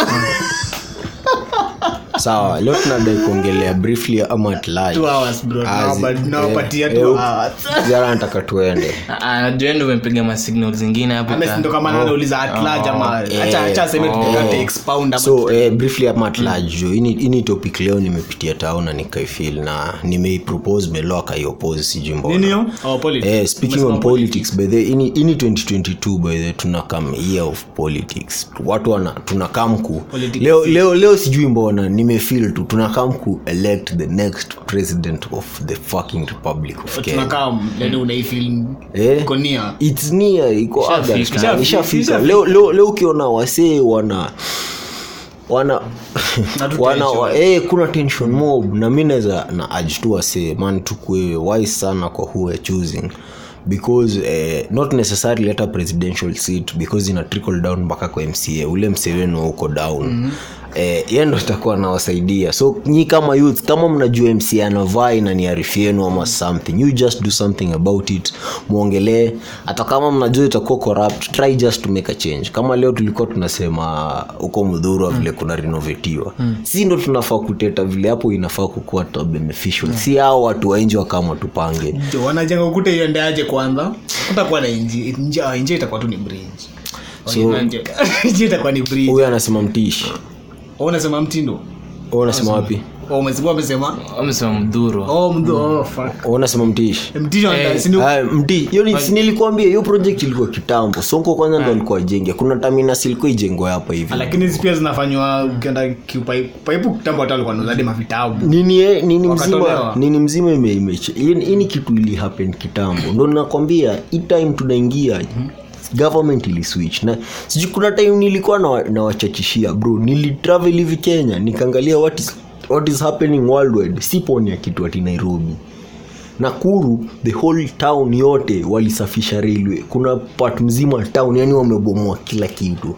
[SPEAKER 4] sawa leo tunadai kuongelea briefly ama at large.
[SPEAKER 5] Two hours, bro.
[SPEAKER 4] As-
[SPEAKER 5] Tunawapa- tunawapatia
[SPEAKER 4] eh,
[SPEAKER 5] two
[SPEAKER 4] eh, [LAUGHS]
[SPEAKER 5] hours.
[SPEAKER 4] Zara anataka tuende
[SPEAKER 3] Ah, najuenda umepiga masignal zingine hapo ka-
[SPEAKER 5] amesindo kama nanauliza atlaja ama
[SPEAKER 4] eh,
[SPEAKER 5] acha acha aseme
[SPEAKER 4] oh.
[SPEAKER 5] tutakate expound ama
[SPEAKER 4] so eh, briefly ama
[SPEAKER 5] Mm.
[SPEAKER 4] at large jo ini, ini topic leo nimepitia tao na nikaifil na nimeipropose melo akaiopose sijumbona
[SPEAKER 5] nini hiyo oh politics
[SPEAKER 4] Eh, speaking on politics by the ini, ini 2022 by the tuna come year of politics watu wana tuna come ku
[SPEAKER 5] Politics.
[SPEAKER 4] leo, leo, leo sijui mbona nimefeel tu tuna come ku elect the next president of the fucking republic
[SPEAKER 5] Oh,
[SPEAKER 4] of Kenya
[SPEAKER 5] tunakaa yani unaifil
[SPEAKER 4] Eh?
[SPEAKER 5] iko near.
[SPEAKER 4] its near iko August.
[SPEAKER 3] Ishafika.
[SPEAKER 4] ishafika leo leo leo ukiona wasee wana wana
[SPEAKER 5] Na tu
[SPEAKER 4] wana
[SPEAKER 5] tension.
[SPEAKER 4] wa, eh, kuna tension mob na mi naweza na urge tu wasee man tukue wise sana kwa who we're choosing because eh, not necessarily hata presidential seat because ina trickle down mpaka kwa mca ule msewenu huko down mm-hmm Eh, yeye ndo atakuwa anawasaidia so nyi kama youth kama mnajua mca anavai na ni arifu yenu ama something you just do something about it mwongelee hata kama mnajua itakuwa corrupt try just to make a change kama leo tulikuwa tunasema uh, huko mdhurwa vile kuna renovatiwa si ndo tunafaa kuteta vile hapo inafaa kukuwa ta beneficial si hao watu waenji wakama tupange
[SPEAKER 5] Jo, wanajenga ukuta iendeaje kwanza utakuwa na inji inji ah, inji itakuwa tu ni bridge
[SPEAKER 4] So-
[SPEAKER 5] Wajua nje- inji [LAUGHS] itakuwa ni bridge
[SPEAKER 4] huyo anasema mtiishi
[SPEAKER 5] Wewe unasema mtindo
[SPEAKER 4] Wewe unasema wapi
[SPEAKER 5] oh umesema umesema
[SPEAKER 3] wamesema mdhuru
[SPEAKER 5] oh mdo oh fuck
[SPEAKER 4] Wewe unasema mtiishi
[SPEAKER 5] mtindo
[SPEAKER 3] Eh,
[SPEAKER 5] sinu
[SPEAKER 4] Ah, mti hiyo ni- si nilikuambia hiyo project ilikuwa kitambo sonko kwanza ndo alikuwa ajenge kuna terminus ilikuwa ijengwa hapa hivi
[SPEAKER 5] lakini hizi pia zinafanywa ukienda kiupaipu paipu kitambo hata alikuwa anauza hadi mavitabu
[SPEAKER 4] nini eh, nini mzima
[SPEAKER 5] Wakatolewa.
[SPEAKER 4] nini mzima ime- imeche- hii- hii ni kitu ili happen kitambo ndo nakwambia hii time tunaingia government iliswitch na sijui kuna time nilikuwa na, na wachachishia bro nilitravel hivi kenya nikaangalia what is, what is happening worldwide siponi ya kitu ati nairobi nakuru the whole town yote walisafisha railway kuna part mzima town yani wamebomoa kila kitu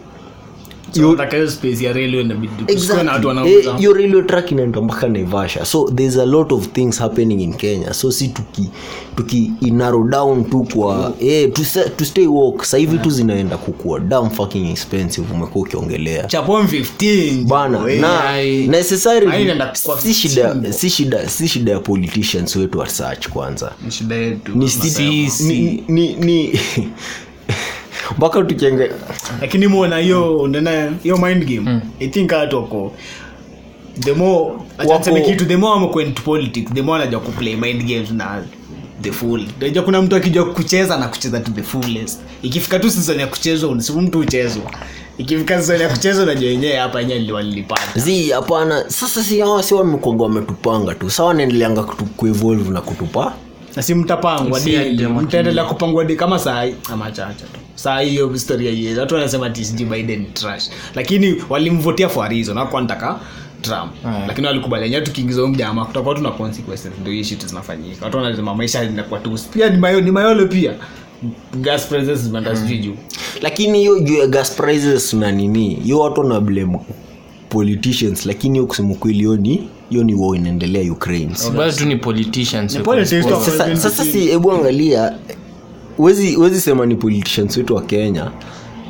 [SPEAKER 4] you-
[SPEAKER 6] Nataka hiyo space ya railway inabidi kusikuwe na watu
[SPEAKER 4] Exactly.
[SPEAKER 6] wanauza
[SPEAKER 4] Eh, hiyo railway track inaenda mpaka naivasha so thereis a lot of things happening in kenya so si tuki, tuki inaro down tu kwa eh, to, sa- to stay walk sahivi tu zinaenda kukua dam fucking expensive umekuwa ukiongelea
[SPEAKER 5] chapon eh. 15
[SPEAKER 4] bana
[SPEAKER 5] we-
[SPEAKER 4] na
[SPEAKER 3] ai-
[SPEAKER 4] necessarily
[SPEAKER 6] ai inaenda kwa
[SPEAKER 4] si shida
[SPEAKER 6] chimbo.
[SPEAKER 4] si shida si shida ya politicians wetu wa search kwanza
[SPEAKER 6] Ni shida yetu
[SPEAKER 4] ni sti- ni ni ni [LAUGHS] mpaka tukiange
[SPEAKER 5] lakini muona hiyo ndana hiyo mind game i think hata wako the more acha niseme kitu the more wako into politics the more anajua kuplay mind games na the full unajua kuna mtu akijua kucheza na kucheza to the fullest ikifika tu season ya kuchezwa unasimu mtu uchezwa ikifika season ya kuchezwa unajua wenyewe hapa yenyewe ndio walilipata
[SPEAKER 4] zi hapana sasa si hawa si wamekonga wametupanga tu sawa wanaendeleanga kutu- kuevolve na kutupa
[SPEAKER 5] na si mtapangwa
[SPEAKER 3] Si
[SPEAKER 5] daily,
[SPEAKER 3] ndio makini.
[SPEAKER 5] mtaendelea kupangwa daily kama saa hii ama chacha tu saa hii hiyo historia hiyo watu wanasema TCG Biden ni trash lakini walimvotia for a reason hakuwa anataka Trump
[SPEAKER 3] Aya.
[SPEAKER 5] lakini walikubali yenyewe tukiingiza huyu mjamaa kutakuwa tuna consequences ndio hii shit zinafanyika watu wanasema maisha yanakuwa tu pia ni mayo ni mayolo pia gas prices zimeenda sijui juu
[SPEAKER 4] lakini hiyo juu ya gas prices na nini hiyo watu wana blame politicians lakini hiyo kusema kweli hiyo ni hiyo ni war inaendelea ukraine
[SPEAKER 3] bado tu ni politicians wako
[SPEAKER 5] politics
[SPEAKER 3] na
[SPEAKER 5] tu.
[SPEAKER 3] sports.
[SPEAKER 4] sasa, sasa si hebu angalia wezi, wezi sema ni politicians wetu wa kenya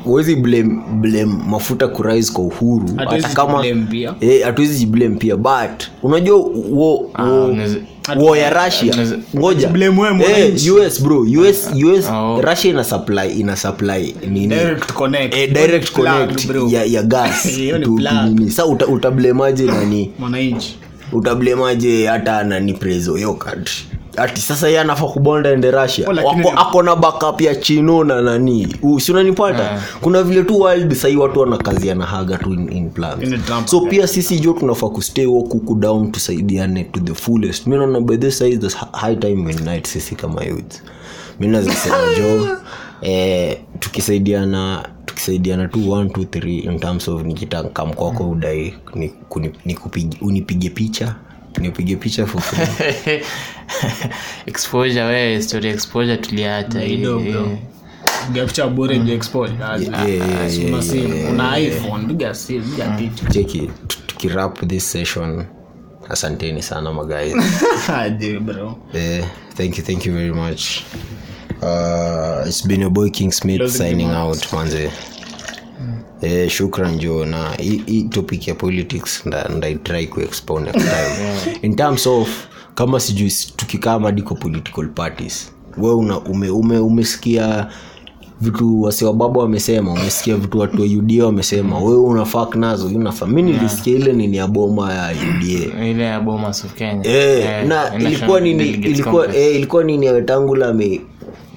[SPEAKER 4] huwezi blame, blame mafuta kurise kwa uhuru
[SPEAKER 5] Hatuwezi
[SPEAKER 4] hata kama
[SPEAKER 5] jiblame pia.
[SPEAKER 4] Eh, hatuwezi jiblame pia but unajua wo,
[SPEAKER 3] Ah,
[SPEAKER 4] wo,
[SPEAKER 3] mnaweza-
[SPEAKER 4] wo ya russia
[SPEAKER 3] mnaweza-
[SPEAKER 4] ngoja
[SPEAKER 5] Blame wewe
[SPEAKER 4] eh,
[SPEAKER 5] mwananchi.
[SPEAKER 4] us bro us, US
[SPEAKER 3] Ah, oh.
[SPEAKER 4] russia ina supply ina supply nini
[SPEAKER 5] direct connect
[SPEAKER 4] Eh, direct
[SPEAKER 5] Plug,
[SPEAKER 4] connect
[SPEAKER 5] bro.
[SPEAKER 4] ya, ya gas
[SPEAKER 5] [LAUGHS] Hiyo ni
[SPEAKER 4] to-
[SPEAKER 5] plug.
[SPEAKER 4] nini. sa uta, utablemaje nani
[SPEAKER 5] mwananchi
[SPEAKER 4] utablemaje hata nani prezo hiyo kadri ati sasa ye anafaa kubonda ende rasia
[SPEAKER 5] Oh, lakini ni-
[SPEAKER 4] ako na backup ya chino na nani U- si unanipata
[SPEAKER 3] Yeah.
[SPEAKER 4] kuna vile tu wild sahii watu wanakaziana haga tu in, in plans.
[SPEAKER 5] In the dump,
[SPEAKER 4] so pia sisi jo tunafaa kustay walk huku down tusaidiane to the fullest mi naona by this size the high time we unite sisi kama youth mi nazisema jo eh, tukisaidiana tukisaidiana tu 123 in terms of nikitakam kwako udai ni, kuni- nikupige- unipige picha nipige picha for free
[SPEAKER 3] [LAUGHS] exposure wewe story ya exposure tuliacha ili-
[SPEAKER 5] Kidogo. piga picha bure ndio export Ah,
[SPEAKER 4] yeah, yeah,
[SPEAKER 5] kuna
[SPEAKER 4] yeah,
[SPEAKER 5] simu
[SPEAKER 4] yeah,
[SPEAKER 5] kuna iPhone piga simu piga
[SPEAKER 4] [LAUGHS]
[SPEAKER 5] picha
[SPEAKER 4] cheki tu- tukirap this session asanteni sana magai
[SPEAKER 5] aje bro
[SPEAKER 4] eh, thank you thank you very much uh, it's been your boy king smith signing out manze Eh, shukran jo na hii- hii topic ya politics nda- ndaitry kuexpound next time in terms of kama sijui s- tukikaa madiko political parties we una, ume, ume, umesikia vitu wase wa baba wamesema umesikia vitu watu wa uda wamesema wewe unafak nazo unafaa mi nilisikia ile nini ya boma ya uda
[SPEAKER 3] ile ya bomas of kenya
[SPEAKER 4] Eh,
[SPEAKER 3] Eh,
[SPEAKER 4] na
[SPEAKER 3] National
[SPEAKER 4] ilikuwa nini
[SPEAKER 3] Delegates
[SPEAKER 4] ilikuwa
[SPEAKER 3] Conference.
[SPEAKER 4] eh, ilikuwa nini awetangula ame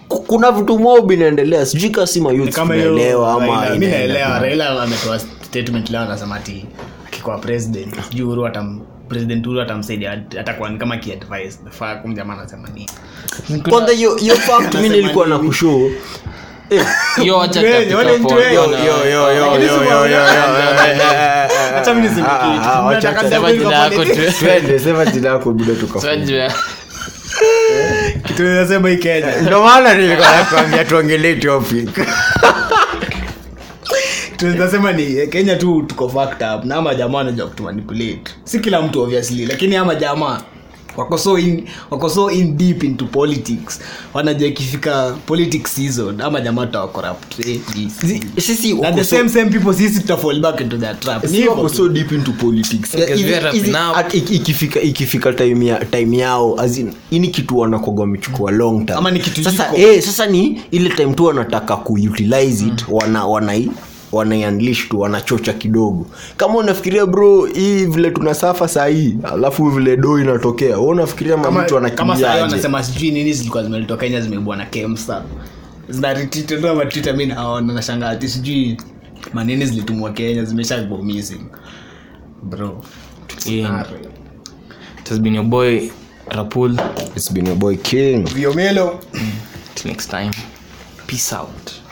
[SPEAKER 4] ku- kuna vitu mob inaendelea sijui kasima
[SPEAKER 5] kama hiyo
[SPEAKER 4] tunaelewa ama
[SPEAKER 5] Raila- mi
[SPEAKER 4] inaenda-
[SPEAKER 5] naelewa raila ametoa statement leo anasema ati akikuwa president sijui uhuru atam president uhuru atamsaidia at- atakuwa ni kama kiadvice nafaa kumjamaa anasema nini
[SPEAKER 4] kwanza hiyo
[SPEAKER 5] [LAUGHS]
[SPEAKER 4] hiyo fact mi nilikuwa na kushuo
[SPEAKER 5] [LAUGHS]
[SPEAKER 3] Yo, wacha
[SPEAKER 5] Wenye,
[SPEAKER 3] tutapika
[SPEAKER 5] wale mtu
[SPEAKER 3] phone.
[SPEAKER 5] wenye.
[SPEAKER 3] Yo, yo, yo, yo.
[SPEAKER 5] Lakini si kwa- Acha mi niseme
[SPEAKER 4] Ah,
[SPEAKER 5] kitu.
[SPEAKER 4] ah, wacha-
[SPEAKER 5] Nataka
[SPEAKER 4] wacha-
[SPEAKER 5] niseme
[SPEAKER 3] Sema
[SPEAKER 5] kitu
[SPEAKER 3] jina
[SPEAKER 5] kwa
[SPEAKER 3] yako
[SPEAKER 5] politics.
[SPEAKER 3] tu.
[SPEAKER 4] twende sema jina yako buda tuka
[SPEAKER 3] Sema jina-
[SPEAKER 5] Kitu
[SPEAKER 4] [LAUGHS]
[SPEAKER 5] nasema hii Kenya.
[SPEAKER 4] ndio maana nilikuwa nakwambia tuongelee topic
[SPEAKER 5] tunasema ni eh, kenya tu tuko fucked up na ama jamaa anajua kutumanipulate si kila mtu obviously lakini ama jamaa wako so in, wako so in deep into politics wanajua ikifika politics season ama jamaa tutawacorrupt eh,
[SPEAKER 4] Zi-
[SPEAKER 5] DC.
[SPEAKER 4] sisi
[SPEAKER 5] na
[SPEAKER 4] wako
[SPEAKER 5] the
[SPEAKER 4] so-
[SPEAKER 5] same same people sisi tutafall back into their trap ni
[SPEAKER 4] si
[SPEAKER 5] hivyo
[SPEAKER 4] wako
[SPEAKER 5] tu.
[SPEAKER 4] so deep into politics
[SPEAKER 3] Okay,
[SPEAKER 4] Yeah, hizi-
[SPEAKER 3] we are
[SPEAKER 4] hizi-
[SPEAKER 3] wrapping up.
[SPEAKER 4] at- iki- ikifika ikifika time ya time yao as in ini kitu wanakoga wamechukua long term
[SPEAKER 5] Ama ni kitu
[SPEAKER 4] sasa
[SPEAKER 5] jiko.
[SPEAKER 4] eh sasa ni ile time tu wanataka kuutilize it
[SPEAKER 5] Mm.
[SPEAKER 4] wana wanai wanaianlish tu wanachocha kidogo kama unafikiria bro hii vile tunasafa sahii alafu vile do inatokea wewe unafikiria
[SPEAKER 5] Kama-
[SPEAKER 4] mamtu
[SPEAKER 5] kama sahii
[SPEAKER 4] anakimbiaje
[SPEAKER 5] wanasema sijui nini zilikuwa zimelitoa kenya zimeibua na kemsa zinarititetwa matwita mi naona nashangaa ati sijui manini zilitumwa kenya zimesha go missing bro
[SPEAKER 3] Yeah. It has been your boy Rapul.
[SPEAKER 4] it's been your boy king
[SPEAKER 5] viomelo
[SPEAKER 3] Till next time. Peace out.